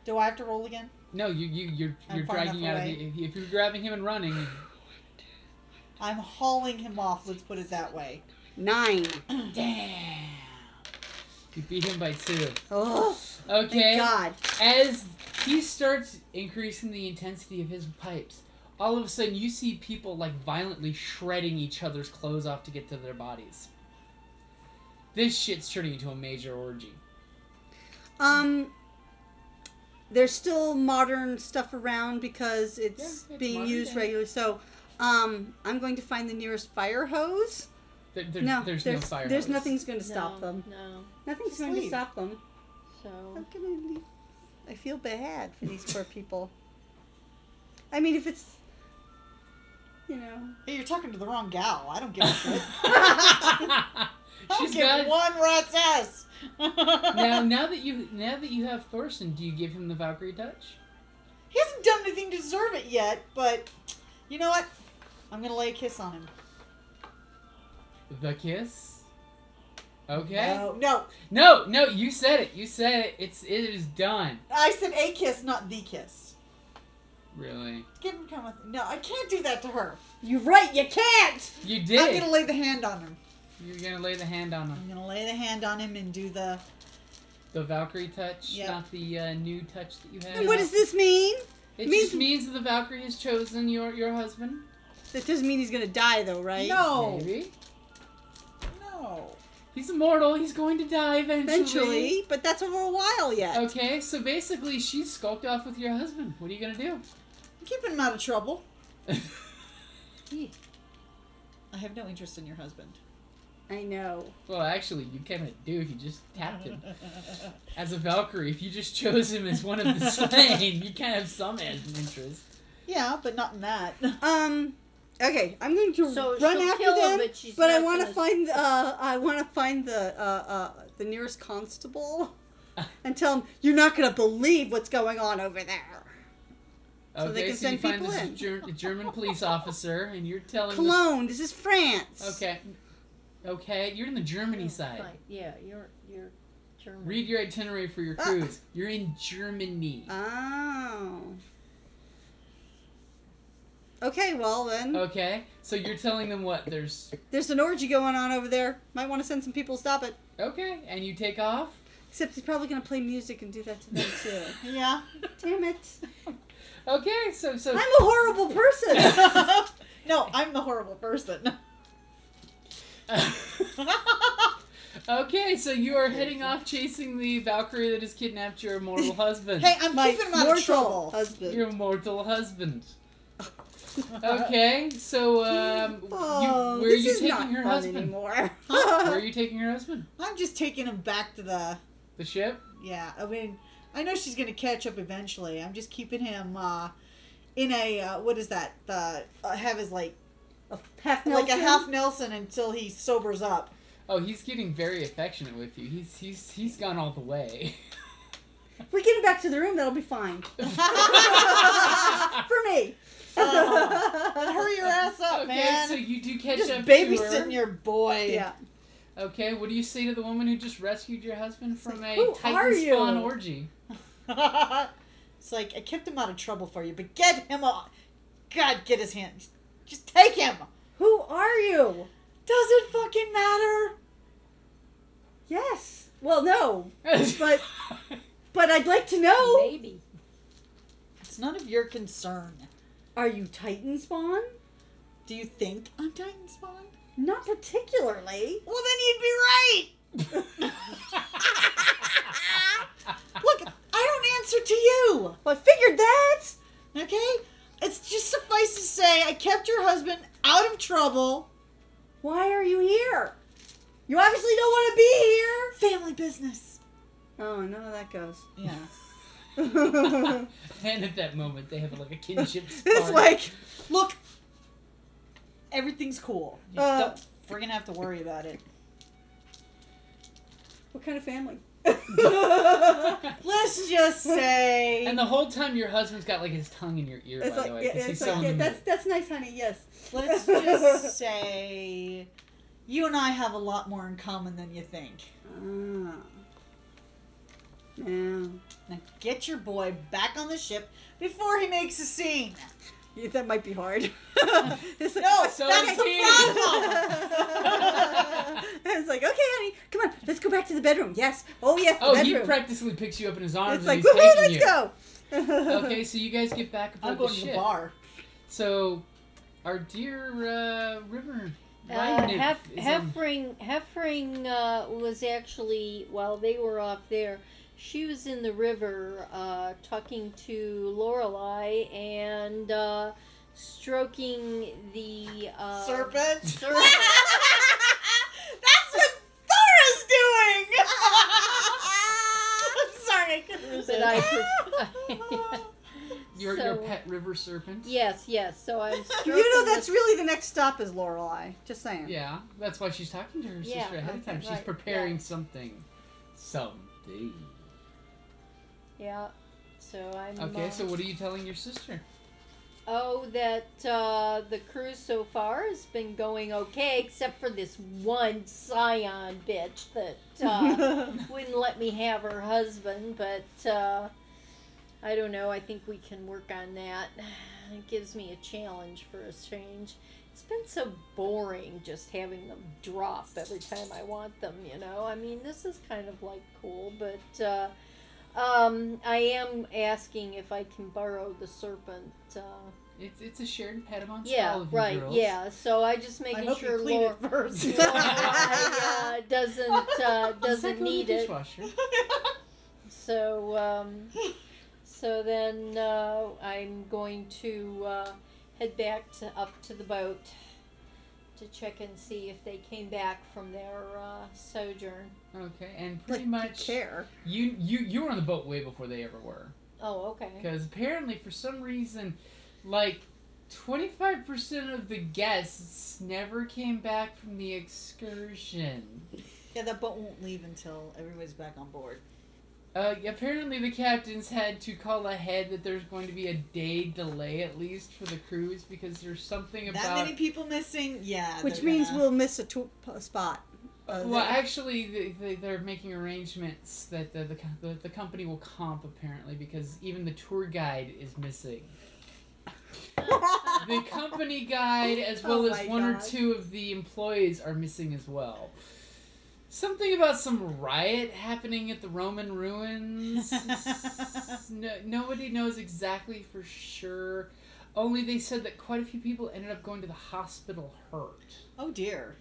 S3: Do I have to roll again?
S4: No, you you you're
S3: I'm
S4: you're
S3: far
S4: dragging
S3: enough
S4: out of the if, if you're grabbing him and running.
S3: I'm hauling him off. Let's put it that way.
S5: Nine.
S4: damn. You beat him by two.
S5: Oh,
S4: Okay.
S5: thank God.
S4: as he starts increasing the intensity of his pipes, all of a sudden you see people like violently shredding each other's clothes off to get to their bodies. This shit's turning into a major orgy.
S5: Um, there's still modern stuff around because it's,
S4: Yeah, it's
S5: being
S4: modern
S5: used
S4: day.
S5: regularly. So, um, I'm going to find the nearest fire hose.
S4: There, there-
S5: no,
S4: there's, no fire.
S5: There's
S4: hose.
S5: nothing's going to stop
S6: no,
S5: them.
S6: No.
S5: Nothing's
S3: Just
S5: going
S3: leave.
S5: to stop them. How
S6: So
S5: can I leave? I feel bad for these poor people. I mean, if it's, you know,
S3: Hey, you're talking to the wrong gal. I don't give a shit. I don't
S4: She's
S3: give
S4: got
S3: one rat's ass.
S4: now. Now that you now that you have Thorson, do you give him the Valkyrie touch?
S3: He hasn't done anything to deserve it yet, but you know what? I'm gonna lay a kiss on him.
S4: The kiss. Okay.
S3: No, no.
S4: No, no, you said it. You said it. It's it is done.
S3: I said a kiss, not the kiss.
S4: Really.
S3: Give him kind of. No, I can't do that to her.
S5: you're right. You can't.
S4: You did.
S3: I'm gonna lay the hand on him.
S4: You're gonna lay the hand on him.
S3: I'm gonna lay the hand on him and do the.
S4: The Valkyrie touch,
S3: Yep.
S4: not the uh, new touch that you had.
S5: And what does this mean?
S4: it
S5: means-
S4: just means that the Valkyrie has chosen your your husband.
S5: That doesn't mean he's gonna die, though, right?
S3: No,
S4: Maybe.
S3: no.
S4: He's immortal. He's going to die eventually.
S5: Eventually, but that's over a while yet.
S4: Okay, so basically, she skulked off with your husband. What are you gonna do?
S3: Keep him out of trouble. I have no interest in your husband.
S5: I know.
S4: well, actually, you kind of do if you just tapped him as a Valkyrie. If you just chose him as one of the slain, you kind of have some interest.
S3: Yeah, but not in that.
S5: Um. Okay, I'm going to
S6: So
S5: run
S6: she'll
S5: after
S6: kill him,
S5: them,
S6: but she's
S5: I
S6: not
S5: want to
S6: gonna-
S5: find. Uh, I want to find the uh, uh, the nearest constable, and tell him you're not gonna believe what's going on over there. So they can
S4: so you
S5: send
S4: find
S5: people
S4: this
S5: in.
S4: Ger- German police officer, and you're telling this-
S5: Cologne. This is France.
S4: Okay, okay, you're in the Germany
S6: Oh,
S4: side.
S6: fine. Yeah, you're you're German.
S4: Read your itinerary for your
S5: Ah. Um.
S4: cruise. You're in Germany.
S5: Oh. Okay, well then.
S4: Okay, so you're telling them what there's.
S5: There's an orgy going on over there. Might want to send some people to stop it.
S4: Okay, and you take off.
S5: Except he's probably going to play music and do that to them too.
S3: Yeah.
S5: Damn it.
S4: Okay, so so
S5: I'm a horrible person.
S3: no, I'm the horrible person.
S4: okay, so you are heading off chasing the Valkyrie that has kidnapped your immortal husband.
S3: hey, I'm
S5: My
S3: keeping him out
S5: mortal
S3: of trouble.
S5: husband.
S4: Your mortal husband. Okay, so um,
S5: oh,
S4: you, where are
S5: this
S4: you
S5: is not
S4: taking your
S5: fun
S4: husband?
S5: anymore.
S4: Where are you taking your husband?
S3: I'm just taking him back to the.
S4: The ship.
S3: Yeah, I mean, I know she's gonna catch up eventually. I'm just keeping him uh, in a uh, what is that? The uh, have his like
S5: half
S3: like a half Nelson until he sobers up.
S4: Oh, he's getting very affectionate with you. He's he's he's gone all the way.
S5: We get him back to the room. That'll be fine for me.
S3: Uh, Hurry your ass up,
S4: okay,
S3: man.
S4: so you do catch
S3: just
S4: up to her.
S3: babysitting your boy.
S5: yeah.
S4: Okay, what do you say to the woman who just rescued your husband from a
S5: like, "Who are
S4: Titan
S5: you?"
S4: spawn orgy?
S3: it's like I kept him out of trouble for you, but get him off. God, get his hand. Just take him.
S5: Who are you?
S3: Doesn't fucking matter.
S5: Yes. Well, no, But- but I'd like to know.
S6: Maybe.
S3: It's none of your concern.
S5: Are you Titan spawn?
S3: Do you think I'm Titan Spawn?
S5: Not particularly.
S3: Well, then you'd be right. Look, I don't answer to you.
S5: Well, I figured that.
S3: Okay? It's just suffice to say, I kept your husband out of trouble.
S5: Why are you here? You obviously don't want to be here.
S3: Family business.
S5: Oh, none of that goes.
S3: Yeah.
S4: and at that moment, they have like a kinship spawn.
S5: it's like,
S3: Look, everything's cool. You
S5: Uh,
S3: don't friggin' have to worry about it.
S5: what kind of family?
S3: Let's just say.
S4: and the whole time, your husband's got like his tongue in your ear.
S5: It's
S4: by
S5: like,
S4: the way,
S5: yeah,
S4: 'cause he's
S5: it's
S4: so
S5: like yeah,
S4: in the
S5: that's that's nice, honey. Yes.
S3: Let's just say you and I have a lot more in common than you think.
S5: Ah. Yeah.
S3: Now get your boy back on the ship before he makes a scene.
S5: Yeah, that might be hard. it's like,
S3: No,
S4: So
S3: that's the
S4: he-
S3: problem.
S5: it's like, okay, honey, come on, let's go back to the bedroom. Yes. Oh yes, the
S4: Oh, he
S5: bedroom.
S4: practically picks you up in his arms
S5: it's like,
S4: and he's
S5: woohoo,
S4: taking
S5: let's
S4: you.
S5: go.
S4: Okay, so you guys get back aboard
S3: I'm going
S4: the
S3: to
S4: ship.
S3: the bar.
S4: So, our dear uh, River
S6: Uh,
S4: Rhine nymph
S6: Hef,
S4: is on-
S6: Heffring, Heffring uh, was actually, while they were off there, she was in the river uh, talking to Lorelei and uh, stroking the uh,
S3: Serpent.
S6: serpent.
S3: That's what Thora's doing. Sorry, I couldn't resist.
S6: But I pref-
S4: your, your
S6: so-
S4: pet river serpent.
S6: yes, yes. So I'm stroking.
S5: You know
S6: the-
S5: that's really the next stop is Lorelei. Just saying.
S4: Yeah, that's why she's talking to her
S6: Yeah,
S4: sister ahead of
S6: okay,
S4: time. She's
S6: right,
S4: preparing
S6: yeah.
S4: something. Something.
S6: Yeah. So I'm.
S4: Okay,
S6: uh,
S4: so what are you telling your sister?
S6: Oh, that uh, the cruise so far has been going okay, except for this one scion bitch that uh, wouldn't let me have her husband. But uh, I don't know. I think we can work on that. It gives me a challenge for a change. It's been so boring just having them drop every time I want them. You know, I mean, this is kind of like cool, but. Uh, um, I am asking if I can borrow the serpent. Uh,
S4: It's it's a shared pet amongst all
S6: yeah,
S4: of you
S6: right.
S4: girls.
S6: Yeah. So I just
S3: I
S6: making
S3: hope
S6: sure
S3: you clean
S6: Laura
S3: it first.
S6: uh, doesn't uh,
S4: Oh,
S6: doesn't need it.
S4: Dishwasher.
S6: So um, so then uh, I'm going to uh, head back to up to the boat to check and see if they came back from their uh, sojourn.
S4: Okay, and
S5: Like,
S4: pretty
S5: you
S4: much
S5: care.
S4: you you you were on the boat way before they ever were.
S6: Oh, okay.
S4: Because apparently, for some reason, like 25% of the guests never came back from the excursion.
S3: yeah, that boat won't leave until everybody's back on board.
S4: Uh, apparently, the captains had to call ahead that there's going to be a day delay at least for the cruise because there's something about.
S3: That many people missing, yeah.
S5: Which
S3: they're
S5: means
S3: gonna-
S5: we'll miss a, to- a spot. Uh,
S4: well, actually, they, they, they're making arrangements that the, the, co- the, the company will comp apparently because even the tour guide is missing. the company guide, as well
S5: Oh
S4: as
S5: my
S4: one or
S5: God.
S4: two of the employees, are missing as well. Something about some riot happening at the Roman ruins. no, nobody knows exactly for sure. Only they said that quite a few people ended up going to the hospital hurt
S3: Oh dear.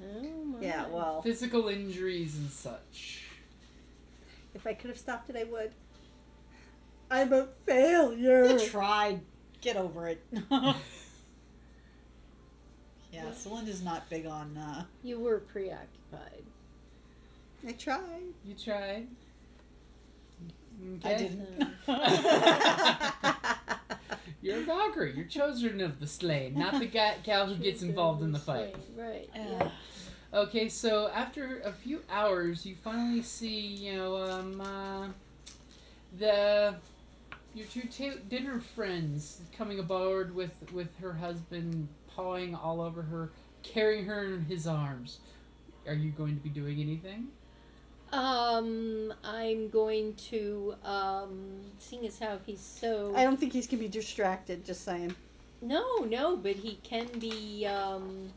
S5: yeah, well,
S4: physical injuries and such.
S5: if I could have stopped it, I would. I'm a failure.
S3: You tried. Get over it. yeah, Celinda's not big on. Uh,
S6: You were preoccupied.
S5: I tried.
S4: You tried.
S3: I
S4: Okay.
S3: didn't.
S4: You're a Valkyrie. You're children of the slain, not the guy, gal who gets involved in the fight.
S6: Right.
S3: Yeah.
S4: Okay, so after a few hours, you finally see, you know, um, uh, the your two ta- dinner friends coming aboard with with her husband, pawing all over her, carrying her in his arms. Are you going to be doing anything?
S6: Um, I'm going to, um, seeing as how he's so.
S5: I don't think he's gonna be distracted. Just saying.
S6: No, no, but he can be. Um,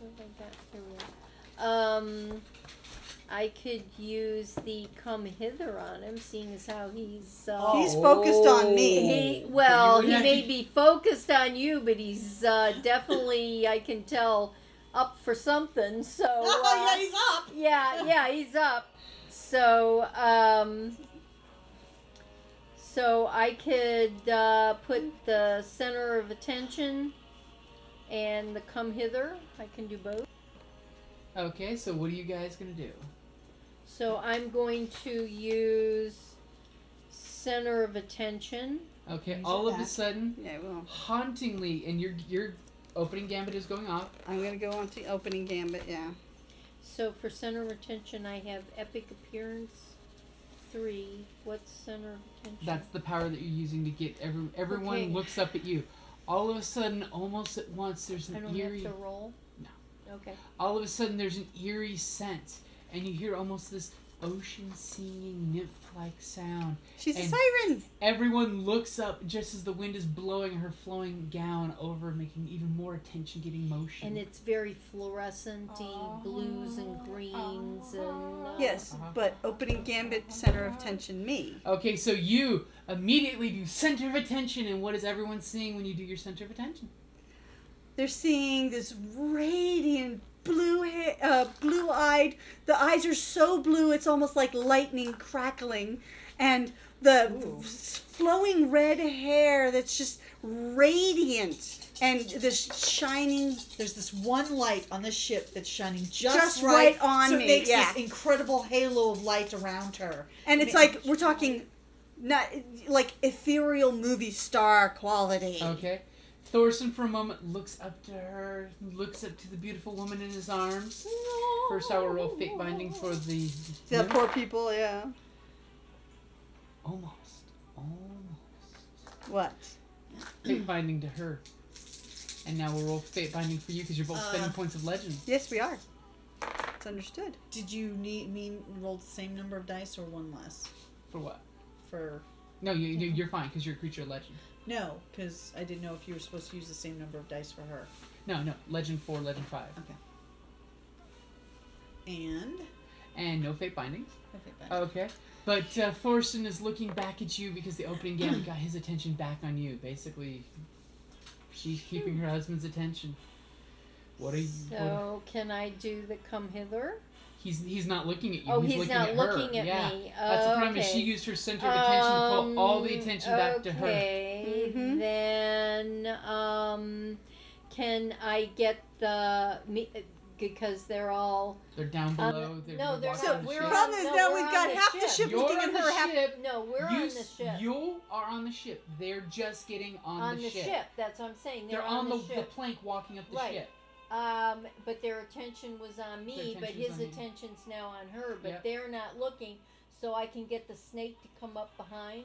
S6: what have I got here? Um, I could use the come hither on him, seeing as how he's. Uh,
S4: Oh.
S5: He's focused on me.
S6: He, well,
S4: But you
S6: he
S4: would
S6: may
S4: have to-
S6: be focused on you, but he's uh, definitely, I can tell, up for something. So
S3: oh yeah,
S6: uh,
S3: he's up.
S6: yeah, yeah, he's up. So um, so I could uh, put the center of attention and the come hither. I can do both.
S4: Okay, so what are you guys gonna do?
S6: So I'm going to use center of attention.
S4: Okay,
S3: Use
S4: all
S3: it
S4: of a
S3: back.
S4: sudden,
S5: Yeah, well,
S4: hauntingly, and your your opening gambit is going off.
S5: I'm gonna go on to opening gambit. Yeah.
S6: So for center of attention, I have epic appearance three. What's center of attention?
S4: That's the power that you're using to get every everyone
S6: Okay.
S4: looks up at you. All of a sudden, almost at once, there's
S6: I
S4: an
S6: don't
S4: eerie.
S6: have to roll.
S4: No.
S6: Okay.
S4: All of a sudden, there's an eerie sense, and you hear almost this ocean singing nymph-like sound.
S5: She's a
S4: And-
S5: siren.
S4: Everyone looks up just as the wind is blowing her flowing gown over, making even more attention-getting motion.
S6: And it's very fluorescent blues and greens and uh,
S5: Yes, but opening gambit, center of tension, me.
S4: Okay, so you immediately do center of attention, and what is everyone seeing when you do your center of attention?
S5: They're seeing this radiant blue, ha- uh, blue-eyed. The eyes are so blue, it's almost like lightning crackling, and the f- flowing red hair that's just radiant, and this shining.
S3: There's this one light on the ship that's shining just,
S5: Just
S3: right,
S5: right on
S3: so
S5: me,
S3: It makes
S5: yeah.
S3: this incredible halo of light around her.
S5: And it's
S3: Ma-
S5: like we're talking, not like ethereal movie star quality.
S4: Okay. Thorson, for a moment, looks up to her, looks up to the beautiful woman in his arms. First, I will roll fate binding for the.
S5: The poor people, yeah.
S4: Almost. Almost.
S5: What?
S4: Fate binding to her. And now we'll roll fate binding for you because you're both spending
S3: Uh.
S4: points of legend.
S5: Yes, we are. It's understood.
S3: Did you need mean roll the same number of dice or one less
S4: For what?
S3: for?
S4: No, you, you, you're fine because you're a creature of legend.
S3: No, because I didn't know if you were supposed to use the same number of dice for her.
S4: No, no. Legend 4, legend 5.
S3: And
S4: And no fate bindings.
S3: okay, bye.
S4: Okay. But uh, Thorson is looking back at you because the opening game got his attention back on you. Basically, she's keeping her husband's attention. What are you? what-
S6: So can I do the come hither?
S4: he's he's not looking at you.
S6: Oh,
S4: he's,
S6: he's,
S4: looking
S6: not
S4: at
S6: looking
S4: her.
S6: at
S4: yeah.
S6: me.
S4: That's the
S6: okay.
S4: problem. Is she used her center of attention to pull all the
S6: Um,
S4: attention back to her.
S6: okay,
S5: Mhm.
S6: Then um, can I get the me because they're all
S4: They're down
S6: Um,
S4: below. they're
S6: no, they're
S4: walking
S5: So,
S4: on the
S6: we're
S4: ship.
S6: on-
S5: Problem is
S6: no,
S5: now
S6: we're
S5: we've
S6: on
S5: got
S6: the
S5: half the
S6: ship.
S5: ship
S4: You're
S5: looking
S4: on
S5: at
S4: the
S5: her. Half
S4: ship.
S6: no we're
S4: you,
S6: on the
S4: s-
S6: ship
S4: You are on the ship. They're just getting on,
S6: on
S4: the, ship.
S6: That's what I'm saying.
S4: They're, on, the, the
S6: ship.
S4: plank walking up the
S6: Right.
S4: ship.
S6: Um, but their attention was on me, but
S4: attention's
S6: his
S4: on you.
S6: attention's now on her. But
S4: Yep.
S6: they're not looking. so I can get the snake to come up behind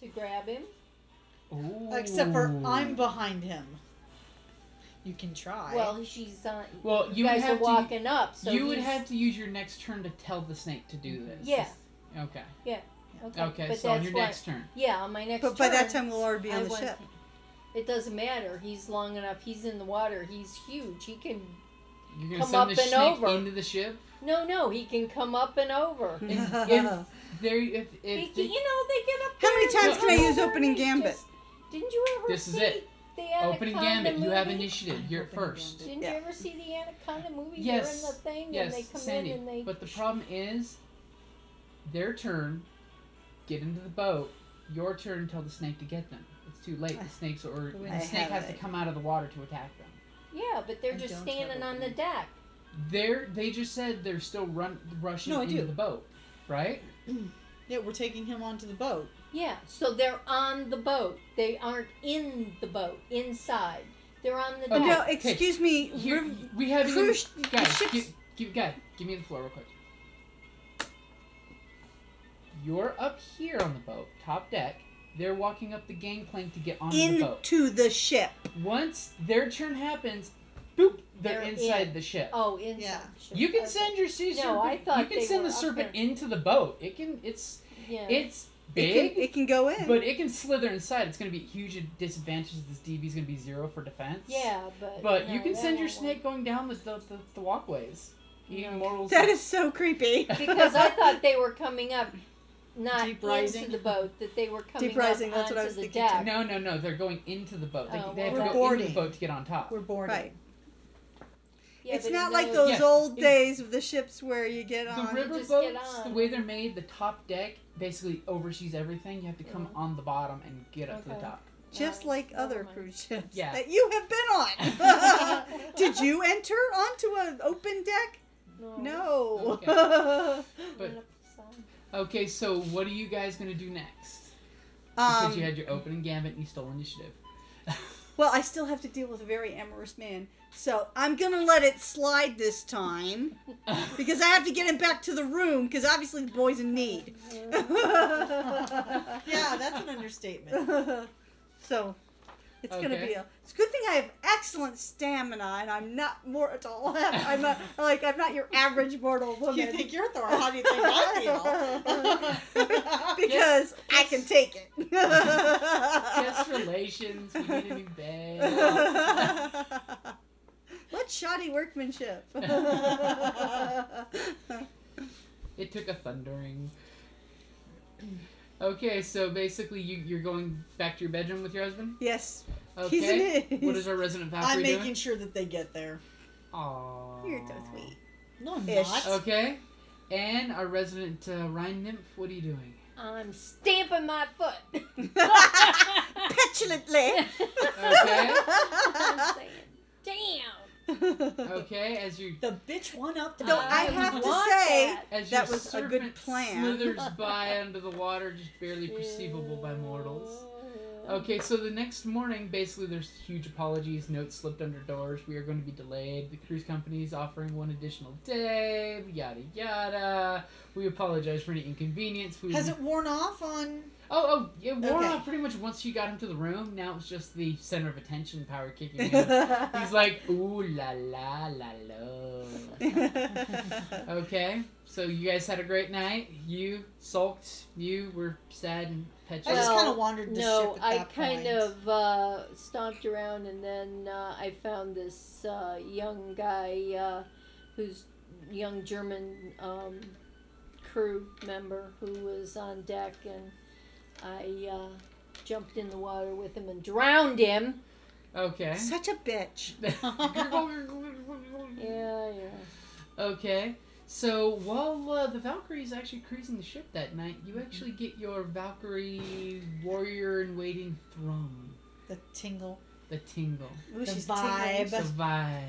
S6: to grab him.
S4: Oh.
S3: Except for I'm behind him. You can try.
S6: Well, she's on.
S4: Well, you
S6: you guys
S4: would have
S6: are
S4: to-
S6: walking up, so
S4: you would
S6: he's-
S4: have to use your next turn to tell the snake to do this.
S6: Yeah.
S4: Okay.
S6: Okay,
S4: Okay.
S6: but
S4: so on
S6: that's
S4: your
S6: why-
S4: next turn.
S6: Yeah, on my next.
S5: But by that
S6: turn,
S5: time, we'll already be on
S6: I
S5: the
S6: want-
S5: ship.
S6: It doesn't matter. He's long enough. He's in the water. He's huge. He can.
S4: You're gonna
S6: Come
S4: send
S6: up
S4: the
S6: and
S4: snake
S6: over.
S4: into the ship.
S6: No, no, he can come up and over.
S4: if- There. If
S6: He-
S4: if
S6: you know they get up.
S5: How
S6: there
S5: many
S6: and
S5: times
S6: come
S5: can I use
S6: over
S5: opening
S6: and
S5: gambit?
S6: just- didn't you ever
S4: This
S6: see
S4: is it.
S6: the
S4: the
S6: Anaconda
S4: opening gambit, you have
S6: movie?
S4: initiative. You're
S3: Opening
S4: first.
S3: gambit.
S6: Didn't
S5: Yeah.
S6: you ever see the Anaconda movie?
S4: Yes,
S6: They're in the thing and they
S4: Yes,
S6: come
S4: Sandy.
S6: in and they.
S4: But the problem is, their turn. Get into the boat. Your turn. Tell the snake to get them. It's too late. The snakes or
S5: I
S4: the snake
S5: have
S4: has to
S5: it.
S4: come out of the water to attack them.
S6: yeah, but they're
S3: I
S6: just
S3: don't
S6: standing
S3: have
S6: on the
S3: opening.
S6: deck.
S4: They're they just said they're still run rushing
S3: No, I
S4: into
S3: do.
S4: the boat, right?
S3: yeah, we're taking him onto the boat.
S6: Yeah, so they're on the boat. They aren't in the boat inside. They're on the
S4: Okay.
S6: deck.
S5: No, excuse me.
S4: Here,
S5: Riv-
S4: we have
S5: cruise-
S4: guys.
S5: ships-
S4: Give, give, guy, give me the floor real quick. You're up here on the boat, top deck. They're walking up the gangplank to get onto the boat.
S5: into the ship.
S4: Once their turn happens, boop, they're,
S6: They're
S4: inside
S6: in.
S4: the ship.
S6: Oh, inside.
S3: Yeah.
S6: Sure.
S4: You can
S6: Okay.
S4: send your sea
S6: No,
S4: serpent.
S6: I thought
S4: you
S6: they
S4: can send
S6: were
S4: the
S6: up
S4: serpent
S6: there.
S4: into the boat. It can. It's
S6: Yeah.
S4: it's
S5: It
S4: big.
S5: can, it can go in.
S4: But it can slither inside. It's going to be a huge disadvantage. This DB is going to be zero for defense.
S6: yeah, but.
S4: But
S6: no,
S4: you can
S6: that
S4: send your
S6: won't work.
S4: snake going down the, the, the, the walkways. Eating
S6: No.
S4: mortals.
S5: that is so creepy.
S6: Because I thought they were coming up, not
S3: Deep rising.
S6: into the boat, that they were coming
S5: Deep rising,
S6: up
S5: that's
S6: onto
S5: what I was
S6: the
S5: thinking
S6: deck.
S4: No, no, no. They're going into the boat. They,
S6: Oh,
S4: they have
S3: well,
S4: to go
S3: boarding.
S4: into the boat to get on top.
S3: We're boarding.
S5: Right.
S6: Yeah,
S5: it's
S6: but
S5: not
S6: in
S5: like
S6: those-
S5: those
S4: Yeah.
S5: old
S4: It-
S5: days of the ships where you get
S4: The
S5: on.
S4: river
S6: just get
S4: boats, the
S6: on.
S4: way they're made, the top deck basically oversees everything. You have to come on the bottom and get up to the
S6: Okay.
S4: top.
S5: just
S6: No,
S5: like
S6: never
S5: other
S6: mind.
S5: cruise ships
S4: Oh Yeah.
S5: that you have been on. Did you enter onto an open deck?
S4: Oh,
S5: No.
S4: But-
S6: Went up the side.
S4: Okay, so what are you guys going to do next? Because you
S5: um,
S4: had your opening gambit and you stole initiative.
S5: well, I still have to deal with a very amorous man, so I'm gonna let it slide this time because I have to get him back to the room because obviously the boy's in need.
S3: Yeah, that's an understatement.
S5: so it's gonna
S4: Okay.
S5: be a. It's a good thing I have excellent stamina, and I'm not mortal. I'm not like I'm not your average mortal woman.
S3: you think you're Thor? How do you think I feel?
S5: because I can take it.
S4: Just relations. We need a new bed.
S5: what shoddy workmanship?
S4: It took a thundering. Okay, so basically you, you're going back to your bedroom with your husband?
S5: yes,
S4: Okay.
S5: he's in
S4: What
S5: his.
S4: is our resident Valkyrie
S3: I'm
S4: doing?
S3: making sure that they get there.
S4: Aww.
S5: You're so sweet.
S3: No, I'm
S5: Ish.
S3: not.
S4: Okay. And our resident uh, Rhine nymph, what are you doing?
S6: I'm stamping my foot.
S5: Petulantly.
S4: Okay.
S6: I'm saying, damn.
S4: okay. As your
S3: The bitch won up.
S5: Though I
S4: I
S5: have to
S6: want
S5: say,
S6: that.
S4: as
S5: That
S4: your
S5: was a good
S4: serpent
S5: plan.
S4: slithers by under the water, just barely perceivable by mortals. Okay, so the next morning, basically, there's huge apologies. Notes slipped under doors. We are going to be delayed. The cruise company is offering one additional day. Yada yada. We apologize for any inconvenience. We
S3: Has it worn off on?
S4: Oh, oh, yeah, Warren
S3: Okay.
S4: pretty much once you got him to the room, now it's just the center of attention power kicking in. He's like, ooh la la la la. Okay, so you guys had a great night. You sulked. You were sad and
S3: I just
S4: petulant.
S6: Well,
S3: kind of wandered the
S6: No,
S3: ship at
S6: I
S3: that
S6: kind
S3: point.
S6: of uh, stomped around and then uh, I found this uh, young guy uh, who's young German um, crew member who was on deck and I uh, jumped in the water with him and drowned him.
S4: Okay.
S5: Such a bitch.
S4: Hmm.
S6: Yeah, yeah.
S4: okay. So while uh, the Valkyrie is actually cruising the ship that night, you actually get your Valkyrie warrior in waiting thrum,
S3: the tingle,
S4: the tingle,
S5: Ooh,
S3: The
S5: she's tingling.
S3: vibe.
S4: the
S3: But-
S4: vibe.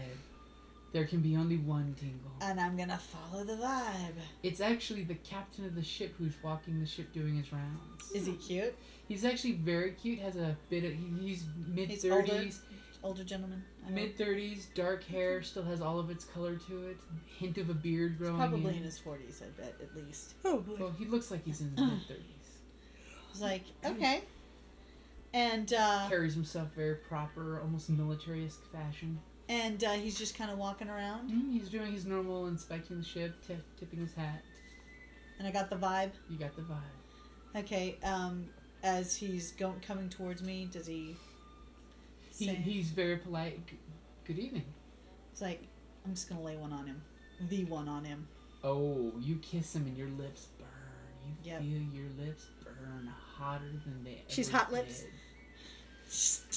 S4: There can be only one tingle.
S3: and I'm gonna follow the vibe.
S4: It's actually the captain of the ship who's walking the ship doing his rounds.
S3: Is he cute?
S4: He's actually very cute. Has a bit of he- he's mid
S3: He's older?
S4: thirties.
S3: older gentleman? I don't- Mm-hmm.
S4: Mid thirties, dark hair, still has all of its color to it. Hint of a beard growing.
S3: Probably
S4: in.
S3: in his Uh. forties, I bet at least.
S5: Probably.
S4: Well, he looks like he's in his mid thirties.
S3: I was like,
S4: Mm-hmm.
S3: okay. And uh,
S4: Carries himself very proper, almost militaristic fashion.
S3: and uh, he's just kind of walking around,
S4: Mm, He's doing his normal inspecting the ship, t- tipping his hat.
S3: and I got the vibe.
S4: You got the vibe.
S3: Okay, um, as he's going coming towards me, does he?
S4: He,
S3: say-
S4: he's very polite. G- Good evening.
S3: It's like, I'm just gonna lay one on him, the one on him.
S4: Oh, you kiss him and your lips burn. You
S3: Yep.
S4: feel your lips burn hotter than they.
S5: She's
S4: ever
S5: hot lips.
S4: did.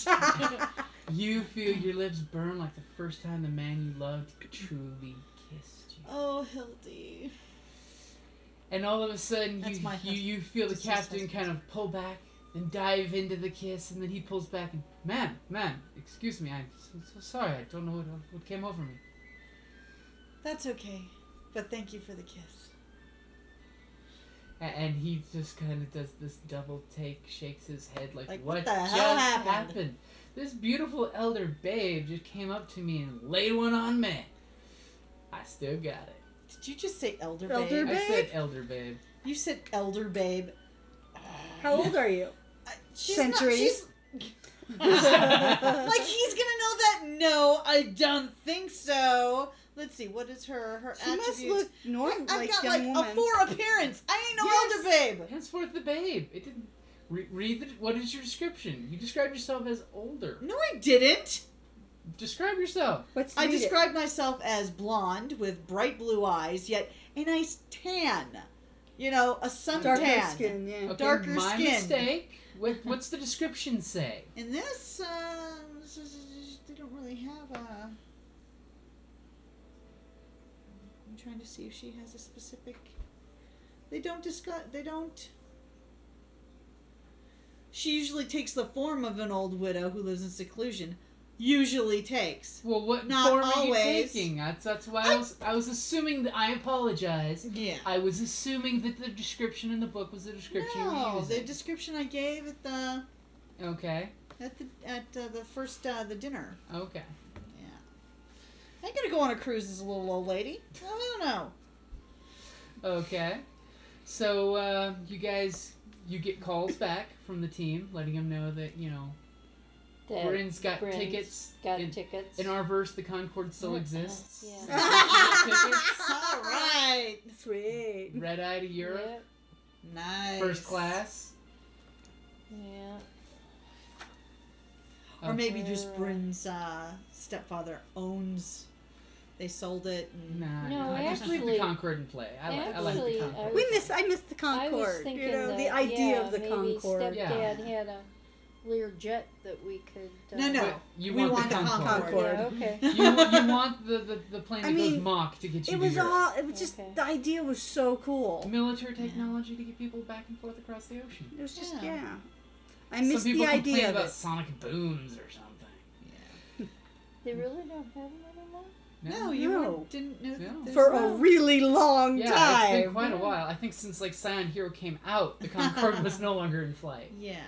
S4: You feel your lips burn like the first time the man you loved truly kissed you.
S3: oh, Hildy.
S4: And all of a sudden,
S3: That's
S4: you,
S3: my
S4: you, you feel the
S3: Just his
S4: captain kind of pull back, then dive into the kiss, and then he pulls back and, ma'am, ma'am, excuse me, I'm so, so sorry, I don't know what, what came over me.
S3: That's okay, but thank you for the kiss.
S4: A- And he just kind of does this double take, shakes his head like,
S3: Like,
S4: what,
S3: what the
S4: just
S3: hell happened?"
S4: happened? This beautiful elder babe just came up to me and laid one on me. I still got it.
S3: Did you just say elder babe?
S5: Elder
S4: I said
S5: Babe?
S4: elder babe.
S3: You said elder babe.
S5: How old are you?
S3: I- she's not- she's- like he's gonna know that? No, I don't think so. Let's see. What is her her
S5: She must
S3: attributes?
S5: look normal,
S3: I've
S5: like
S3: got
S5: young
S3: like
S5: woman.
S3: a four appearance. I ain't no elder babe.
S4: Henceforth, the babe. It didn't re- read. The, what is your description? You described yourself as older.
S3: No, I didn't.
S4: Describe yourself.
S5: What's
S3: I
S5: needed?
S3: described myself as blonde with bright blue eyes, yet a nice tan. You know, a sun
S5: darker
S3: tan.
S5: skin. Yeah.
S4: Okay,
S3: Darker
S4: my
S3: skin.
S4: mistake. What, what's the description say?
S3: And this, uh, this is- they don't really have a. I'm trying to see if she has a specific. They don't discuss. They don't. She usually takes the form of an old widow who lives in seclusion. Usually takes.
S4: Well, what
S3: Not
S4: form are you
S3: always.
S4: taking? That's that's why I was I was assuming. That, I apologize.
S3: Yeah.
S4: I was assuming that the description in the book was the description you were
S3: No, the
S4: using.
S3: description I gave at the
S4: okay.
S3: at the at uh, the first uh, the dinner.
S4: Okay.
S3: Yeah. I ain't gonna go on a cruise as a little old lady. I don't know.
S4: Okay. So uh, you guys, you get calls back from the team, letting them know that you know
S6: That
S4: Bryn's got
S6: Bryn's
S4: tickets.
S6: Got
S4: in-
S6: tickets.
S4: In our verse, the Concord still
S6: Uh,
S4: exists.
S6: yeah.
S3: All right.
S5: Sweet.
S4: Red Eye to Europe,
S6: Yep,
S3: Nice.
S4: first class.
S6: Yeah.
S4: Oh,
S3: Or maybe just
S6: Okay.
S3: Bryn's uh, stepfather owns. They sold it. And
S4: Nah,
S6: No,
S4: I just leave the
S6: actually-
S4: Concord and play. I, like. I like the
S6: actually, I
S4: Concord.
S6: was-
S5: We miss. I miss the
S6: I was
S5: Concord.
S6: thinking
S5: You know,
S6: that,
S5: the idea
S6: yeah,
S5: of the
S6: maybe
S5: Concord.
S6: Stepdad
S4: Yeah.
S6: had a Learjet that we could. Uh,
S3: No, no.
S4: But you
S3: we
S4: want,
S3: want
S4: the
S3: the
S4: Concorde.
S5: Concorde.
S6: Yeah, okay.
S4: you, you want the, the, the plane
S5: I
S4: that goes
S5: mean,
S4: mock to get you
S5: It
S4: to
S5: was
S4: Europe.
S5: all. It was just
S6: Okay.
S5: the idea was so cool.
S4: military technology to get people back and forth across the ocean.
S5: It was just
S3: Yeah.
S5: yeah. I
S4: Some
S5: miss
S4: people
S5: the
S4: complain
S5: idea of
S4: about
S5: it.
S4: sonic booms or something.
S6: They really don't have them anymore.
S3: No, you
S5: No.
S3: weren't- didn't know.
S4: No.
S3: That there's
S5: for
S3: no-
S5: a really long
S4: Yeah, it's been
S5: time.
S4: quite a
S6: Yeah.
S4: while. I think since like Scion Hero came out, the Concorde was no longer in flight.
S3: Yeah.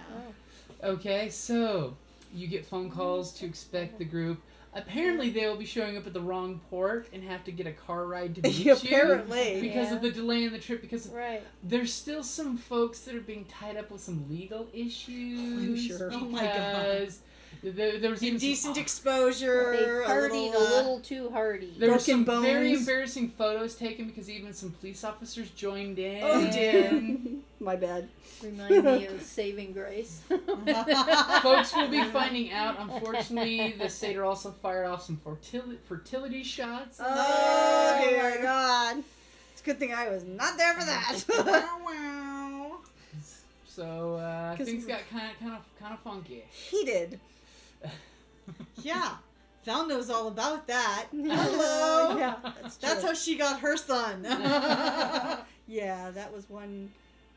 S6: Oh.
S4: Okay, so you get phone calls to expect the group. Apparently, they will be showing up at the wrong port and have to get a car ride to meet you.
S5: Apparently,
S4: Because
S6: Yeah.
S4: of the delay in the trip, because of-
S6: Right.
S4: there's still some folks that are being tied up with some legal issues.
S5: sure.
S3: Oh my God.
S4: because There, there was even some-
S3: Indecent
S6: They
S3: exposure. a
S6: partied
S3: little,
S6: a
S3: uh,
S6: little too hardy.
S4: there were
S5: broken
S4: some very
S5: bones.
S4: embarrassing photos taken because even some police officers joined in.
S3: Oh, dear.
S5: my bad.
S6: Remind me of Saving Grace.
S3: Uh,
S4: Folks will be finding out. Unfortunately, the Seder also fired off some fertility, fertility shots.
S5: Oh,
S3: dear.
S5: my god! It's a good thing I was not there for that.
S3: Wow, wow.
S4: So uh,
S5: 'Cause
S4: things
S5: we-
S4: got kind of, kind of, kind of funky.
S5: Heated.
S3: Yeah. Val knows all about that.
S5: Mm,
S3: Hello.
S5: yeah, that's,
S3: That's
S5: true.
S3: how she got her son.
S5: yeah, that was one.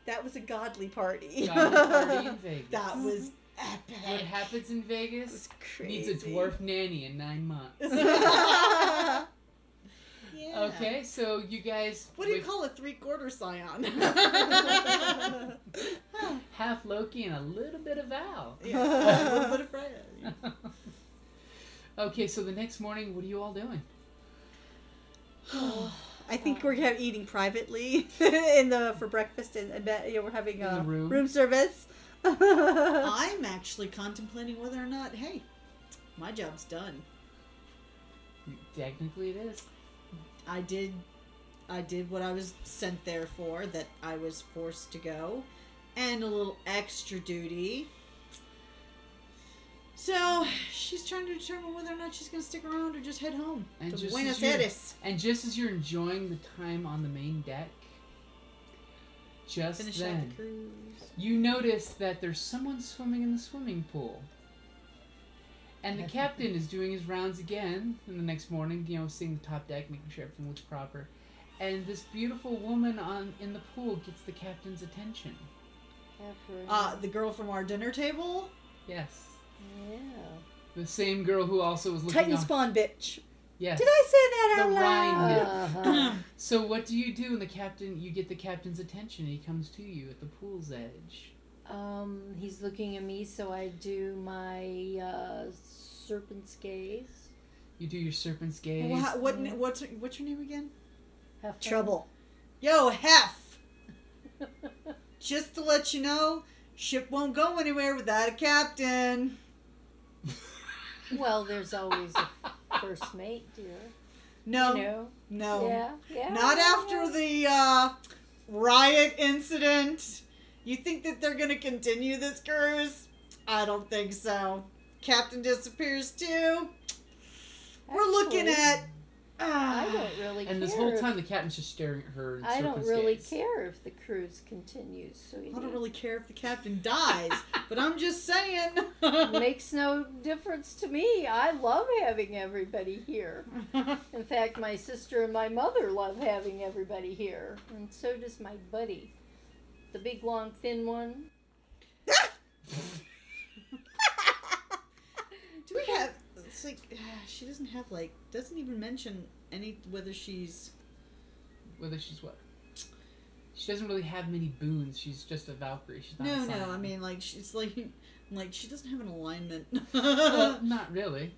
S5: That was a godly party.
S4: Got a party in Vegas.
S3: that was
S4: what
S3: epic.
S4: happens
S5: It
S4: in
S5: was
S4: Vegas
S5: crazy.
S4: needs a dwarf nanny in nine months.
S3: yeah.
S4: Okay, so you guys
S3: What do you
S4: with
S3: call a three quarter scion?
S4: half Loki and a little bit of Val.
S3: yeah. A little bit of Freya.
S4: Okay, so the next morning, what are you all doing?
S5: I think we're have eating privately in the for breakfast and, and bed- you know, we're having
S4: In the
S5: uh,
S4: room.
S5: service.
S3: I'm actually contemplating whether or not, hey, my job's done.
S4: Technically, it is.
S3: I did I did what I was sent there for that I was forced to go and a little extra duty. So she's trying to determine whether or not she's going to stick around or just head home
S4: And
S3: to
S4: just
S3: Buenos
S4: as you're-
S3: Aires.
S4: And just as you're enjoying the time on the main deck, just
S3: Finish out
S4: then
S3: the cruise.
S4: you notice that there's someone swimming in the swimming pool. And the captain is doing his rounds again in the next morning, you know, seeing the top deck, making sure everything looks proper. And this beautiful woman on in the pool gets the captain's attention.
S6: After-
S3: Uh, the girl from our dinner table.
S4: Yes.
S6: yeah.
S4: The same girl who also was looking
S5: Titan
S4: on-
S5: spawn bitch.
S4: Yes.
S5: Did I say that
S4: The
S5: out loud?
S4: Rhine.
S6: Uh-huh.
S4: So what do you do when the captain you get the captain's attention and he comes to you at the pool's edge?
S6: um, he's looking at me, so I do my uh, serpent's gaze.
S4: You do your serpent's gaze.
S3: What, what na- what's her- what's your name again?
S6: Have fun.
S5: Trouble.
S3: Yo, Hef. Just to let you know, ship won't go anywhere without a captain.
S6: well, there's always a first mate, dear.
S3: No,
S6: no.
S3: Um, no.
S6: Yeah. Yeah.
S3: Not after the uh, riot incident. You think that they're going to continue this cruise? I don't think so. Captain disappears too. We're looking
S6: Actually,
S3: at.
S6: I
S3: Uh,
S6: don't really care.
S4: And this whole
S6: if-
S4: time the captain's just staring at her. In
S6: I don't
S4: serpent's
S6: really
S4: gaze.
S6: care if the cruise continues. So
S3: I don't really care if the captain dies, but I'm just saying.
S6: makes no difference to me. I love having everybody here. In fact, my sister and my mother love having everybody here, and so does my buddy, the big, long, thin one.
S3: Do we have? It's like uh, she doesn't have like doesn't even mention any whether she's
S4: Whether she's what? She doesn't really have many boons. She's just a Valkyrie. She's not. a
S3: no no.
S4: scion.
S3: I mean like she's like like she doesn't have an alignment.
S6: uh,
S4: Well, not really.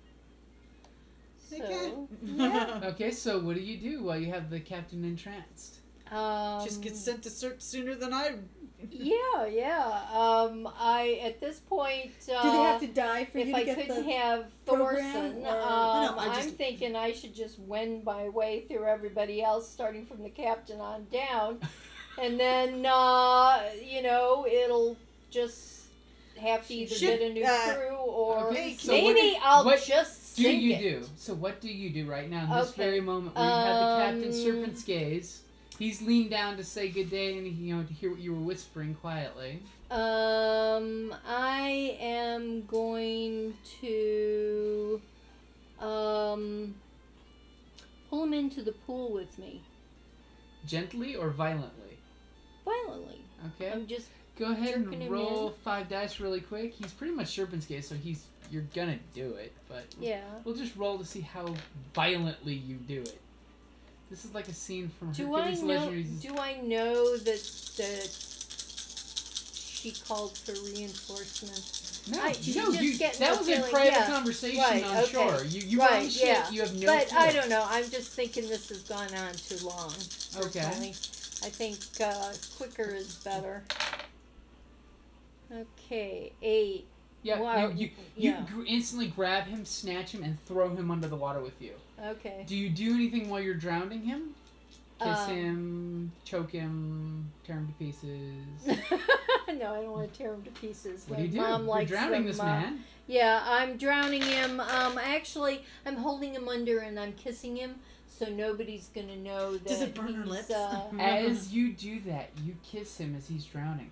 S6: So,
S3: Okay.
S6: yeah.
S4: Okay, so what do you do while you have the captain entranced?
S6: Um,
S3: Just gets sent to search sooner than I.
S6: Yeah, yeah. Um, I at this point. Uh,
S5: Do they have to die for
S6: if
S5: you to
S6: I
S5: get
S6: couldn't
S5: the?
S6: have
S5: program
S6: Thorson,
S5: or-
S6: um,
S3: No, I
S6: I'm
S3: just-
S6: thinking I should just wend my way through everybody else, starting from the captain on down, and then uh, you know it'll just have to either
S3: Should,
S6: get a new
S3: uh,
S6: crew or
S4: okay,
S3: so
S6: maybe
S4: what do-
S6: I'll
S4: what
S6: just
S4: Do
S6: sink
S4: you
S6: it.
S4: do? So what do you do right now in this
S6: Okay.
S4: very moment where you have the
S6: Um,
S4: captain serpent's gaze? He's leaned down to say good day and you know to hear what you were whispering quietly.
S6: Um, I am going to um pull him into the pool with me
S4: Gently or violently?
S6: violently.
S4: Okay.
S6: I'm just
S4: Go ahead
S6: Jerking
S4: and
S6: him
S4: roll
S6: in.
S4: five dice really quick. He's pretty much Serpent's Gaze, so he's you're gonna do it, but
S6: yeah.
S4: we'll just roll to see how violently you do it. This is like a scene from
S6: Do I
S4: Hercules
S6: know?
S4: Legendaries.
S6: Do I know that that she called for reinforcements?
S4: no,
S6: I- you
S4: no,
S6: just
S4: you,
S6: get
S4: that
S6: the
S4: was a
S6: feeling-
S4: private
S6: yeah.
S4: conversation
S6: Right,
S4: on
S6: okay.
S4: shore. You you
S6: Right,
S4: own shit.
S6: yeah.
S4: You have no.
S6: but I
S4: clue.
S6: don't know. I'm just thinking this has gone on too long. personally. I think uh, quicker is better. Okay, eight.
S4: Yeah,
S6: Wow,
S4: you you,
S6: yeah.
S4: you gr- instantly grab him, snatch him, and throw him under the water with you.
S6: Okay.
S4: Do you do anything while you're drowning him? Kiss
S6: Um,
S4: him, choke him, tear him to pieces.
S6: Um, no, I don't want to tear him to pieces.
S4: What
S6: My
S4: do you do?
S6: Mom
S4: You're
S6: likes
S4: drowning
S6: them,
S4: this
S6: uh,
S4: man.
S6: Yeah, I'm drowning him. Um, actually, I'm holding him under and I'm kissing him, so nobody's gonna know that.
S3: Does it burn her
S6: he's,
S3: lips?
S6: Uh,
S4: As you do that, you kiss him as he's drowning.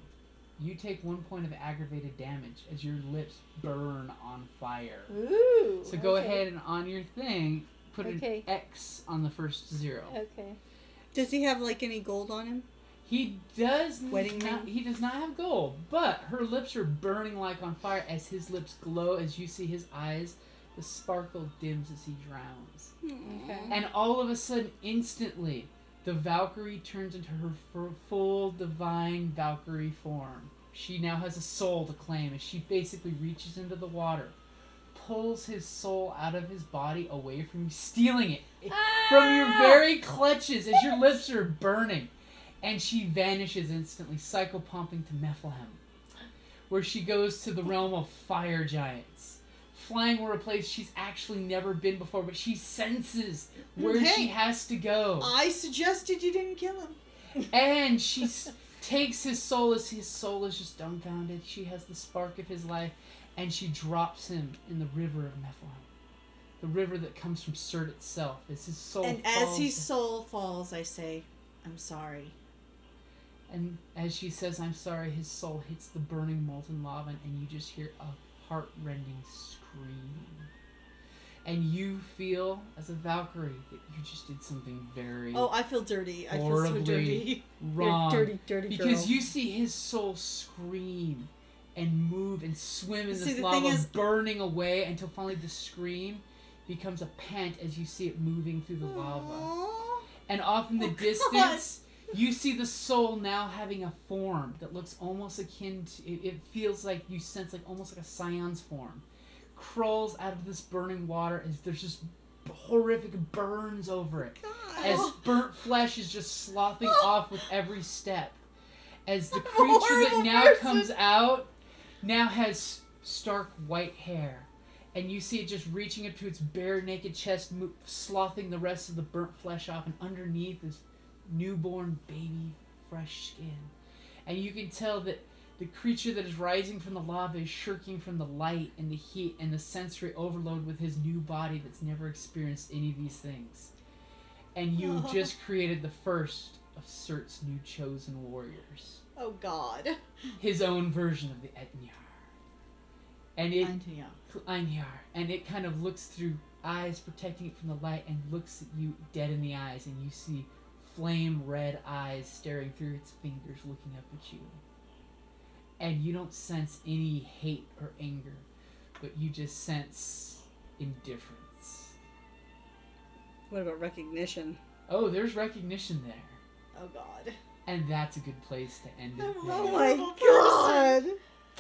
S4: You take one point of aggravated damage as your lips burn on fire.
S6: ooh.
S4: So go
S6: okay.
S4: ahead and on your thing, put
S6: Okay. Uh,
S4: an X on the first zero.
S6: Okay.
S5: Does he have like any gold on him?
S4: He does
S5: Wedding
S4: not. He does not have gold, but her lips are burning like on fire as his lips glow. As you see his eyes, the sparkle dims as he drowns.
S6: Okay.
S4: And all of a sudden, instantly, the Valkyrie turns into her f- full divine Valkyrie form. She now has a soul to claim as she basically reaches into the water, pulls his soul out of his body away from you, stealing it from
S3: Ah.
S4: your very clutches as your lips are burning. And she vanishes instantly, cycle pumping to Mephilim, where she goes to the realm of fire giants. Flying over a place she's actually never been before, but she senses where
S3: Hey.
S4: she has to go.
S3: I suggested you didn't kill him.
S4: And she s- takes his soul as his soul is just dumbfounded. She has the spark of his life, and she drops him in the river of Nephilim. The river that comes from Surt itself as his soul
S3: and as
S4: falls
S3: his soul falls, I say, I'm sorry.
S4: And as she says, I'm sorry, his soul hits the burning molten lava, and you just hear a heart-rending scream. And you feel, as a Valkyrie, that you just did something very
S3: Oh, I feel dirty. I feel so
S4: Mm. Horribly.
S3: dirty.
S4: wrong.
S5: You're a dirty, dirty
S4: Um, because
S5: girl.
S4: you see his soul scream and move and swim in
S3: See,
S4: this
S3: the
S4: lava,
S3: thing is-
S4: burning away until finally the scream becomes a pant as you see it moving through the lava.
S3: Aw.
S4: And off in the
S3: Oh, God.
S4: distance, you see the soul now having a form that looks almost akin to. It, it feels like you sense like almost like a scion's form, crawls out of this burning water as there's just horrific burns over it as burnt flesh is just slopping
S3: Oh.
S4: off with every step. As the creature that
S3: horrible
S4: now
S3: person.
S4: comes out now has stark white hair. And you see it just reaching up to its bare naked chest, mo- sloughing the rest of the burnt flesh off, and underneath is newborn baby fresh skin. And you can tell that the creature that is rising from the lava is shirking from the light and the heat and the sensory overload with his new body that's never experienced any of these things. And you
S3: Oh.
S4: just created the first of Surt's new chosen warriors.
S3: Oh God.
S4: His own version of the Etnyar. And it
S3: I'm too young.
S4: Einar, and it kind of looks through eyes protecting it from the light and looks at you dead in the eyes, and you see flame red eyes staring through its fingers looking up at you. And you don't sense any hate or anger, but you just sense indifference.
S5: What about recognition?
S4: Oh, there's recognition there.
S3: Oh God.
S4: And that's a good place to end it.
S3: I'm
S4: there.
S5: Oh
S3: my
S5: my
S3: God.
S5: god.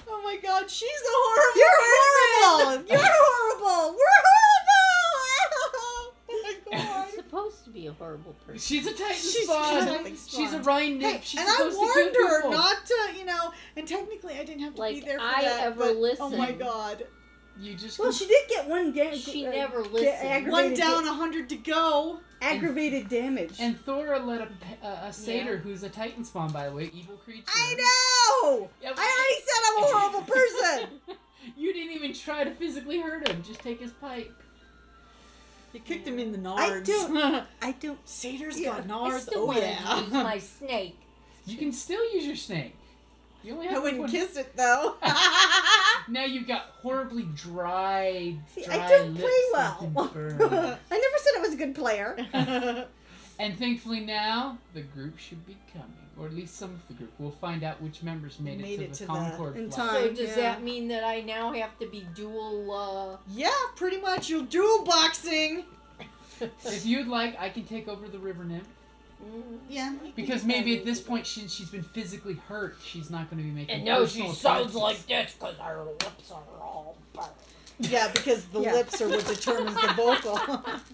S3: Oh my God. She's a horrible.
S5: You're
S3: person.
S4: Oh,
S5: horrible. You're horrible. We're horrible.
S3: Oh my God.
S6: supposed to be a horrible person.
S4: She's a Titan
S3: She's
S4: spawn.
S3: a Titan
S4: She's a
S3: spawn.
S4: Rhine
S3: Hey,
S4: nymph. She's
S3: and I
S4: supposed to
S3: warned
S4: kill
S3: her
S4: people.
S3: not to, you know. And technically, I didn't have to be
S6: Like,
S3: there for
S6: I
S3: that.
S6: ever
S3: but, Oh my
S6: listened.
S3: god!
S4: You just
S5: Well, she did get one game.
S6: She never listened.
S3: One
S5: Aggravated
S3: down,
S5: da-
S3: a hundred to go.
S5: aggravated damage.
S4: And Thora let a, pe- a, a satyr
S6: Yeah.
S4: who's a titan spawn, by the way, evil creature.
S5: I know.
S4: Yeah,
S5: I already said I'm a horrible person.
S4: you didn't even try to physically hurt him. Just take his pipe.
S3: You kicked him in the nards.
S5: I don't. I don't.
S3: Satyr's got
S5: Yeah.
S6: I
S3: nards.
S6: still
S3: Oh
S6: want
S3: yeah.
S6: to use my snake.
S4: You can still use your snake. You only
S3: I
S4: have
S3: wouldn't
S4: one.
S3: kiss it though.
S4: Now you've got horribly dry,
S5: See,
S4: dry
S5: I don't
S4: lips
S5: play
S4: that can
S5: well.
S4: burn.
S5: I never said I was a good player.
S4: and thankfully now the group should be coming, or at least some of the group. We'll find out which members made,
S3: Made
S4: it to
S3: it
S4: the
S3: to the-
S4: Concord
S5: in
S4: flight.
S6: So
S5: Fine,
S6: does
S5: yeah.
S6: that mean that I now have to be dual? uh,
S3: yeah, pretty much. You'll duel boxing.
S4: If you'd like, I can take over the river nymph.
S6: Uh, mm,
S3: Yeah.
S4: Because maybe at this point, since she's been physically hurt, she's not going to be making.
S6: and no, she
S4: personal attacks.
S6: sounds like this because her lips are all burnt.
S3: Yeah, because the
S5: Yeah.
S3: lips are what determines the vocal.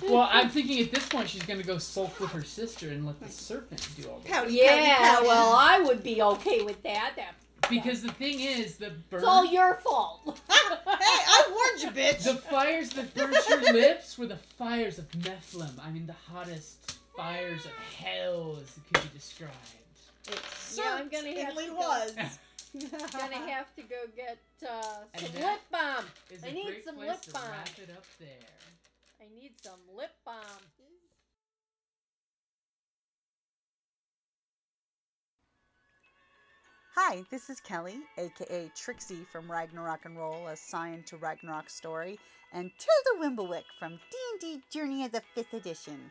S4: Well, I'm thinking at this point she's going to go sulk with her sister and let the serpent do all that.
S5: Pouty,
S6: Yeah,
S5: pouty, pouty.
S6: well, I would be okay with that. That's
S4: Because the thing is, the burn,
S6: it's all your fault.
S3: hey, I warned you, bitch.
S4: the fires that burnt your lips were the fires of Nephilim. I mean, the hottest fires of hell, as it could be described.
S3: It
S6: Yeah, I'm gonna have
S3: certainly
S6: to go.
S3: was.
S6: Gonna have to go get uh,
S4: And
S6: some
S4: that-
S6: lip balm.
S4: Is
S6: I
S4: a
S6: need
S4: great
S6: some
S4: place
S6: lip
S4: to
S6: balm.
S4: Wrap it up there.
S6: I need some lip balm.
S7: Hi, this is Kelly, aka Trixie from Ragnarok and Roll, a Scion to Ragnarok story, and Tilda Wimblewick from D&D Journey of the 5th Edition.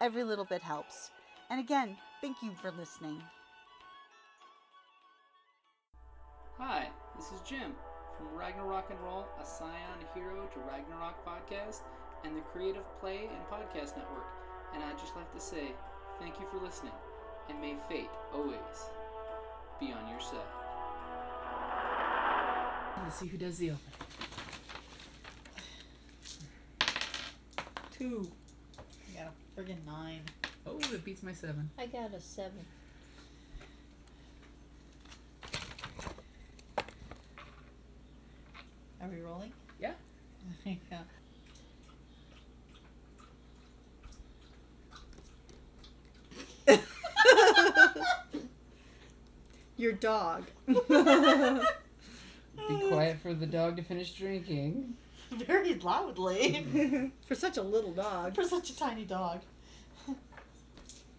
S5: Every little bit helps. And again, thank you for listening.
S4: Hi, this is Jim from Ragnarok and Roll, a Scion Hero to Ragnarok podcast and the Creative Play and Podcast Network. And I'd just like to say thank you for listening, and may fate always be on your side.
S8: Let's see who does the open.
S3: Two. Yeah, friggin' nine.
S8: Oh, it beats my seven.
S6: I got a seven.
S3: Are we rolling?
S8: Yeah.
S3: yeah.
S9: Your dog.
S8: Be quiet for the dog to finish drinking.
S3: Very loudly
S9: For such a little dog.
S3: for such a tiny dog.